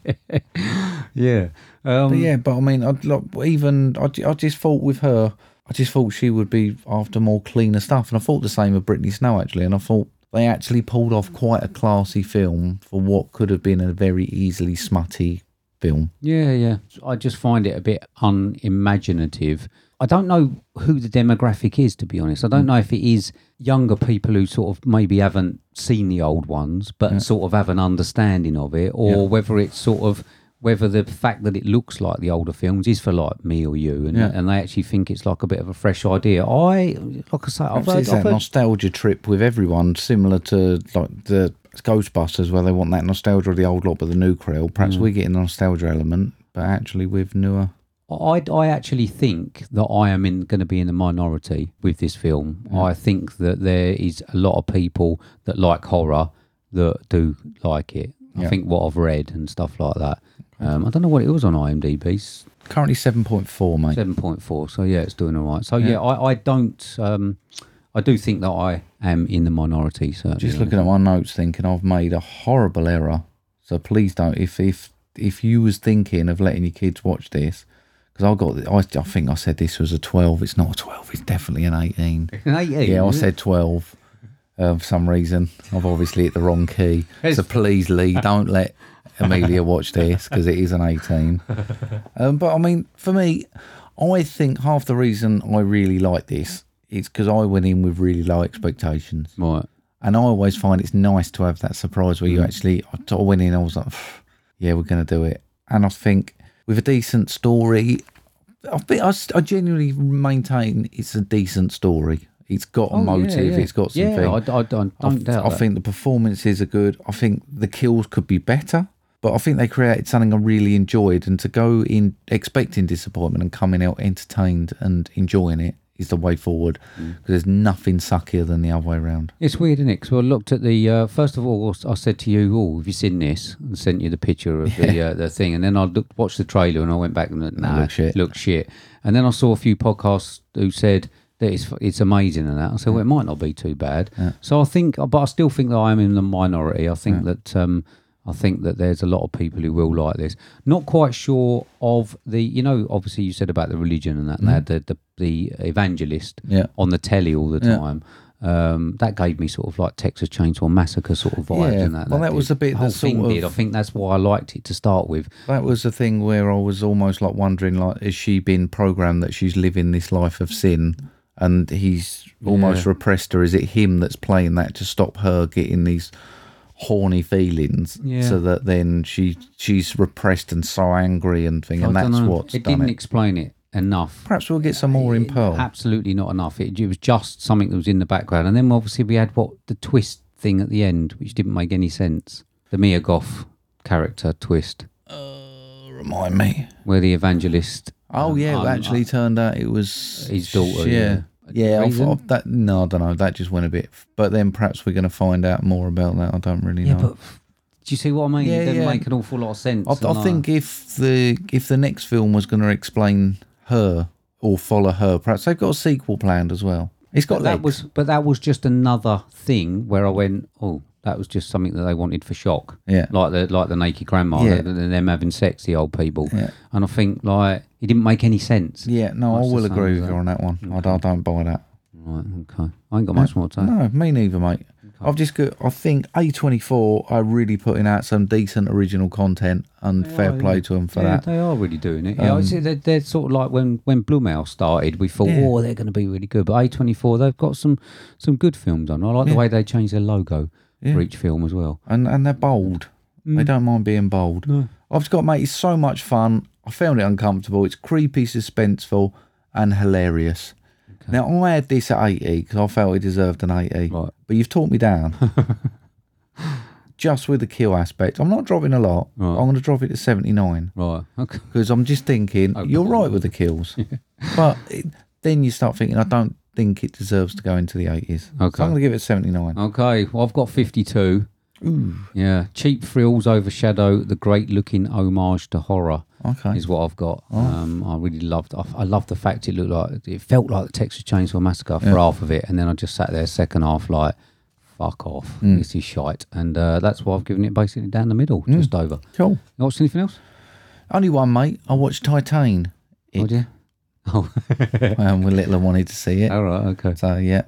Speaker 2: yeah. Um,
Speaker 1: But yeah, but I mean, I'd like, even I, ju- I just thought with her, I just thought she would be after more cleaner stuff, and I thought the same of Brittany Snow actually, and I thought they actually pulled off quite a classy film for what could have been a very easily smutty film.
Speaker 2: yeah, yeah. I just find it a bit unimaginative. I don't know who the demographic is, to be honest. I
Speaker 1: Mm.
Speaker 2: don't know if it is younger people who sort of maybe haven't seen the old ones, but sort of have an understanding of it, or whether it's sort of whether the fact that it looks like the older films is for like me or you, and,
Speaker 1: Yeah.
Speaker 2: and they actually think it's like a bit of a fresh idea. I, like I say, I've
Speaker 1: Perhaps
Speaker 2: heard,
Speaker 1: it's that
Speaker 2: I've heard
Speaker 1: nostalgia trip with everyone, similar to like the Ghostbusters, where they want that nostalgia of the old lot but the new crew. Perhaps we're getting the nostalgia element, but actually with newer.
Speaker 2: I, I actually think that I am in going to be in the minority with this film. I think that there is a lot of people that like horror that do like it. I
Speaker 1: Yeah.
Speaker 2: think what I've read and stuff like that. Um, I don't know what it was on IMDb, s-
Speaker 1: Currently seven point four, mate.
Speaker 2: seven point four. So yeah, it's doing all right. So yeah, I, I don't. Um, I do think that I am in the minority. So
Speaker 1: Just looking at my notes, thinking I've made a horrible error. So please don't. If if if you was thinking of letting your kids watch this, because I got, I, I think I said this was a twelve. It's not a twelve. It's definitely an eighteen. Yeah, I said twelve. Um, for some reason, I've obviously hit the wrong key. So please, Lee, don't let Amelia watch this because it is an eighteen. Um, but I mean, for me, I think half the reason I really like this is because I went in with really low expectations.
Speaker 2: Right.
Speaker 1: And I always find it's nice to have that surprise where you
Speaker 2: Mm.
Speaker 1: actually, I sort of went in, I was like, "Pff, yeah, we're going to do it. And I think with a decent story, I, think I, s- I genuinely maintain it's a decent story. It's got a
Speaker 2: Oh, yeah,
Speaker 1: motive,
Speaker 2: yeah.
Speaker 1: it's got something.
Speaker 2: Yeah, I, I- I don't
Speaker 1: I, th-
Speaker 2: doubt
Speaker 1: I
Speaker 2: that.
Speaker 1: think the performances are good. I think the kills could be better, but I think they created something I really enjoyed. And to go in expecting disappointment and coming out entertained and enjoying it is the way forward
Speaker 2: Mm.
Speaker 1: because there's nothing suckier than the other way around.
Speaker 2: It's weird, isn't it? 'Cause I looked at the uh, first of all, I said to you, "Oh, have you seen this?" and sent you the picture of the uh, the thing, and then I looked, watched the trailer, and I went back and went, "Nah,
Speaker 1: Look shit."
Speaker 2: Look shit." And then I saw a few podcasts who said that it's it's amazing and that. I said, "Well, it might not be too bad." So I think, but I still think that I am in the minority. I think that. Um, I think that there's a lot of people who will like this. Not quite sure of the, you know, obviously you said about the religion and that, and they had the, the the evangelist
Speaker 1: Mm-hmm. Yeah.
Speaker 2: on the telly all the time. Um, that gave me sort of like Texas Chainsaw Massacre sort of vibes
Speaker 1: Yeah,
Speaker 2: and that.
Speaker 1: well, that was
Speaker 2: did.
Speaker 1: the bit
Speaker 2: The whole
Speaker 1: that sort
Speaker 2: thing
Speaker 1: of-
Speaker 2: did. I think that's why I liked it to start with.
Speaker 1: That was the thing where I was almost like wondering, like, has she been programmed that she's living this life of sin, and he's almost repressed her? Is it him that's playing that to stop her getting these horny feelings,
Speaker 2: Yeah.
Speaker 1: so that then she she's repressed and so angry and thing, and
Speaker 2: I
Speaker 1: that's
Speaker 2: dunno.
Speaker 1: what's
Speaker 2: it
Speaker 1: done
Speaker 2: didn't
Speaker 1: it.
Speaker 2: explain it enough.
Speaker 1: Perhaps we'll get some more in Pearl.
Speaker 2: Absolutely not enough. It, it was just something that was in the background, and then obviously we had what the twist thing at the end, which didn't make any sense. The Mia Goff character twist,
Speaker 1: Remind me.
Speaker 2: where the evangelist
Speaker 1: Oh yeah, it
Speaker 2: um,
Speaker 1: actually turned out it was
Speaker 2: His daughter,
Speaker 1: Yeah,
Speaker 2: yeah.
Speaker 1: yeah. I
Speaker 2: Reason?
Speaker 1: thought that no, I don't know. That just went a bit. But then perhaps we're going to find out more about that. I don't really
Speaker 2: Yeah,
Speaker 1: know.
Speaker 2: but f- do you see what I mean?
Speaker 1: Yeah,
Speaker 2: it didn't
Speaker 1: yeah.
Speaker 2: make an awful lot of sense.
Speaker 1: I,
Speaker 2: and uh,
Speaker 1: I think if the if the next film was going to explain her or follow her, perhaps they've got a sequel planned as well. It's got
Speaker 2: But that
Speaker 1: legs.
Speaker 2: was, but that was just another thing where I went, oh, That was just something that they wanted for shock.
Speaker 1: Yeah.
Speaker 2: Like the like the naked grandma,
Speaker 1: Yeah.
Speaker 2: the, the- them having sex, the old people.
Speaker 1: Yeah.
Speaker 2: And I think like it didn't make any sense.
Speaker 1: Yeah, no, I
Speaker 2: That's the
Speaker 1: will
Speaker 2: same
Speaker 1: agree
Speaker 2: as
Speaker 1: with
Speaker 2: that.
Speaker 1: you on that one. I, don't- I don't buy that.
Speaker 2: Right. Okay. I ain't got much more to say.
Speaker 1: No, me neither, mate. I've just got. I think A24 are really putting out some decent original content, and fair
Speaker 2: are,
Speaker 1: play to them for
Speaker 2: Oh, yeah,
Speaker 1: that. Um,
Speaker 2: they are really doing it. Yeah, I see they're, they're sort of like when when Blumhouse started, we thought,
Speaker 1: Yeah.
Speaker 2: oh, they're going to be really good. But A twenty four, they've got some some good films on. I like the way they change their logo for each film as well.
Speaker 1: and and they're bold.
Speaker 2: Mm.
Speaker 1: They don't mind being bold. I've just got mate, it's so much fun. I found it uncomfortable. It's creepy, suspenseful, and hilarious. Now I had this at eighty because I felt it deserved an eighty,
Speaker 2: Right.
Speaker 1: but you've talked me down. just with the kill aspect, I'm not dropping a lot. I'm going to drop it to seventy nine
Speaker 2: Right. Okay.
Speaker 1: because I'm just thinking
Speaker 2: Oh,
Speaker 1: you're right with the kills, but it, then you start thinking I don't think it deserves to go into the eighties.
Speaker 2: Okay.
Speaker 1: I'm going to give it seventy nine.
Speaker 2: Okay. Well, I've got fifty two. Yeah. Cheap thrills overshadow the great looking homage to horror.
Speaker 1: Okay.
Speaker 2: Is what I've got. Um, I really loved. I, I loved the fact it looked like it felt like the Texas Chainsaw Massacre for half of it, and then I just sat there second half like, "Fuck off, this is shite," and uh, that's why I've given it basically down the middle, just over.
Speaker 1: Cool.
Speaker 2: You watched anything else?
Speaker 1: Only one, mate. I watched Titan.
Speaker 2: Oh, yeah. Oh,
Speaker 1: Um, when Littler wanted to see it.
Speaker 2: all right. Okay.
Speaker 1: So, yeah,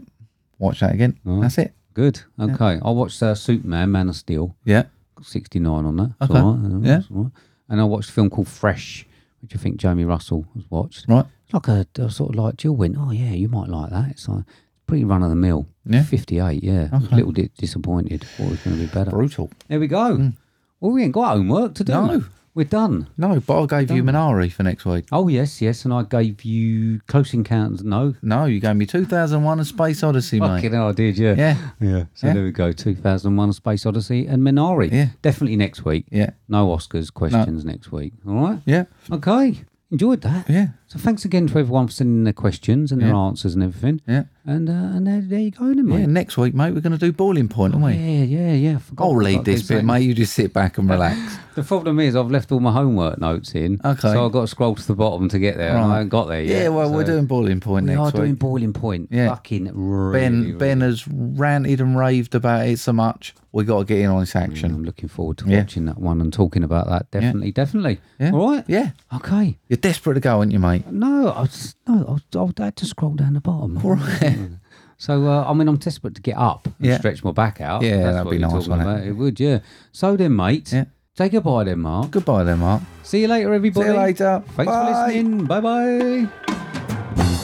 Speaker 1: watch that again. That's it.
Speaker 2: Good. Okay. I watched uh, Superman, Man of Steel.
Speaker 1: Yeah.
Speaker 2: Got 69 on that. It's
Speaker 1: Okay.
Speaker 2: all right.
Speaker 1: Yeah.
Speaker 2: It's all right. And I watched a film called Fresh, which I think Jamie Russell has watched.
Speaker 1: Right.
Speaker 2: It's like a, I sort of like Jill went, oh yeah, you might like that. It's like pretty run of the mill.
Speaker 1: Yeah.
Speaker 2: 58, yeah. I was a little bit disappointed. Thought it was going to be better.
Speaker 1: Brutal. Hmm.
Speaker 2: There we go. Well, we ain't got homework to do.
Speaker 1: No.
Speaker 2: We're done.
Speaker 1: No, but I gave you Minari for next week.
Speaker 2: Oh, yes, yes. And I gave you Close Encounters. No.
Speaker 1: No, you gave me 2001 A Space Odyssey,
Speaker 2: Fucking
Speaker 1: mate.
Speaker 2: hell, I did, yeah.
Speaker 1: Yeah.
Speaker 2: Yeah. So
Speaker 1: Yeah.
Speaker 2: there we go. 2001 A Space Odyssey and Minari.
Speaker 1: Yeah.
Speaker 2: Definitely next week.
Speaker 1: Yeah.
Speaker 2: No Oscars questions next week. All right.
Speaker 1: Yeah.
Speaker 2: Okay. Enjoyed that.
Speaker 1: Yeah.
Speaker 2: So thanks again to everyone for sending their questions and their
Speaker 1: Yeah.
Speaker 2: answers and everything.
Speaker 1: Yeah.
Speaker 2: And uh, and there, there you go, then,
Speaker 1: Yeah,
Speaker 2: mate.
Speaker 1: next week, mate, we're going to do Boiling Point, aren't we?
Speaker 2: yeah, Oh, yeah. yeah. I forgot
Speaker 1: I'll
Speaker 2: about
Speaker 1: lead this bit,
Speaker 2: thing.
Speaker 1: mate. You just sit back and relax.
Speaker 2: The problem is, I've left all my homework notes in.
Speaker 1: Okay.
Speaker 2: So I've got to scroll to the bottom to get there. And I
Speaker 1: Right.
Speaker 2: haven't got there
Speaker 1: yeah,
Speaker 2: yet.
Speaker 1: well, we're
Speaker 2: so-
Speaker 1: doing Boiling Point
Speaker 2: We
Speaker 1: next
Speaker 2: are
Speaker 1: week.
Speaker 2: doing Boiling Point.
Speaker 1: Yeah.
Speaker 2: Fucking really,
Speaker 1: ben
Speaker 2: really
Speaker 1: Ben has ranted and raved about it so much. we got to get in on this action.
Speaker 2: I'm looking forward to
Speaker 1: Yeah.
Speaker 2: watching that one and talking about that. Definitely, definitely.
Speaker 1: Yeah.
Speaker 2: All right.
Speaker 1: Yeah.
Speaker 2: Okay.
Speaker 1: You're desperate to go, aren't you, mate?
Speaker 2: No, I was, no, I, was, I had to scroll down the bottom. All right. So uh, I mean, I'm desperate to get up and
Speaker 1: Yeah.
Speaker 2: stretch my back out.
Speaker 1: Yeah,
Speaker 2: That's
Speaker 1: that'd
Speaker 2: what
Speaker 1: be
Speaker 2: we're
Speaker 1: nice,
Speaker 2: talking
Speaker 1: wouldn't it?
Speaker 2: about. It would, yeah. So then, mate.
Speaker 1: Yeah.
Speaker 2: Say goodbye, then, Mark.
Speaker 1: Goodbye then, Mark.
Speaker 2: See you later,
Speaker 1: See
Speaker 2: everybody.
Speaker 1: you later.
Speaker 2: Thanks
Speaker 1: Bye.
Speaker 2: for listening. Bye bye.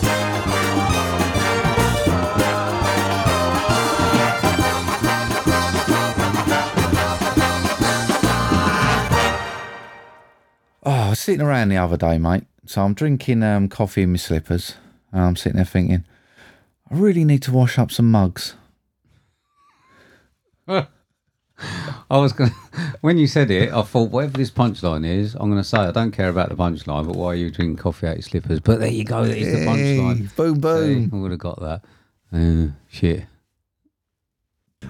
Speaker 1: Oh, I was sitting around the other day, mate. So I'm drinking um, coffee in my slippers. And I'm sitting there thinking, I really need to wash up some mugs.
Speaker 2: I was gonna. When you said it, I thought whatever this punchline is, I'm gonna say I don't care about the punchline. But why are you drinking coffee out your slippers? But there you go. There's the punchline.
Speaker 1: Boom,
Speaker 2: See,
Speaker 1: boom.
Speaker 2: I would have got that. Uh, shit.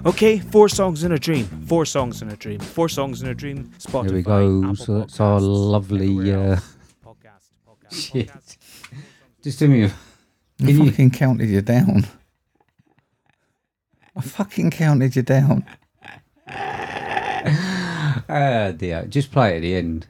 Speaker 3: Okay, four songs in a dream. Four songs in a dream. Four songs in a dream. Spotify.
Speaker 2: There we go.
Speaker 3: Apple
Speaker 2: so that's our
Speaker 3: Podcasts,
Speaker 2: lovely.
Speaker 3: everywhere
Speaker 2: Uh,
Speaker 3: else. Podcast, podcast,
Speaker 2: shit.
Speaker 3: podcast.
Speaker 2: Just do me a.
Speaker 1: I
Speaker 2: Can you-
Speaker 1: fucking counted you down. I fucking counted you down.
Speaker 2: Ah, dear. Uh, Just play it at the end.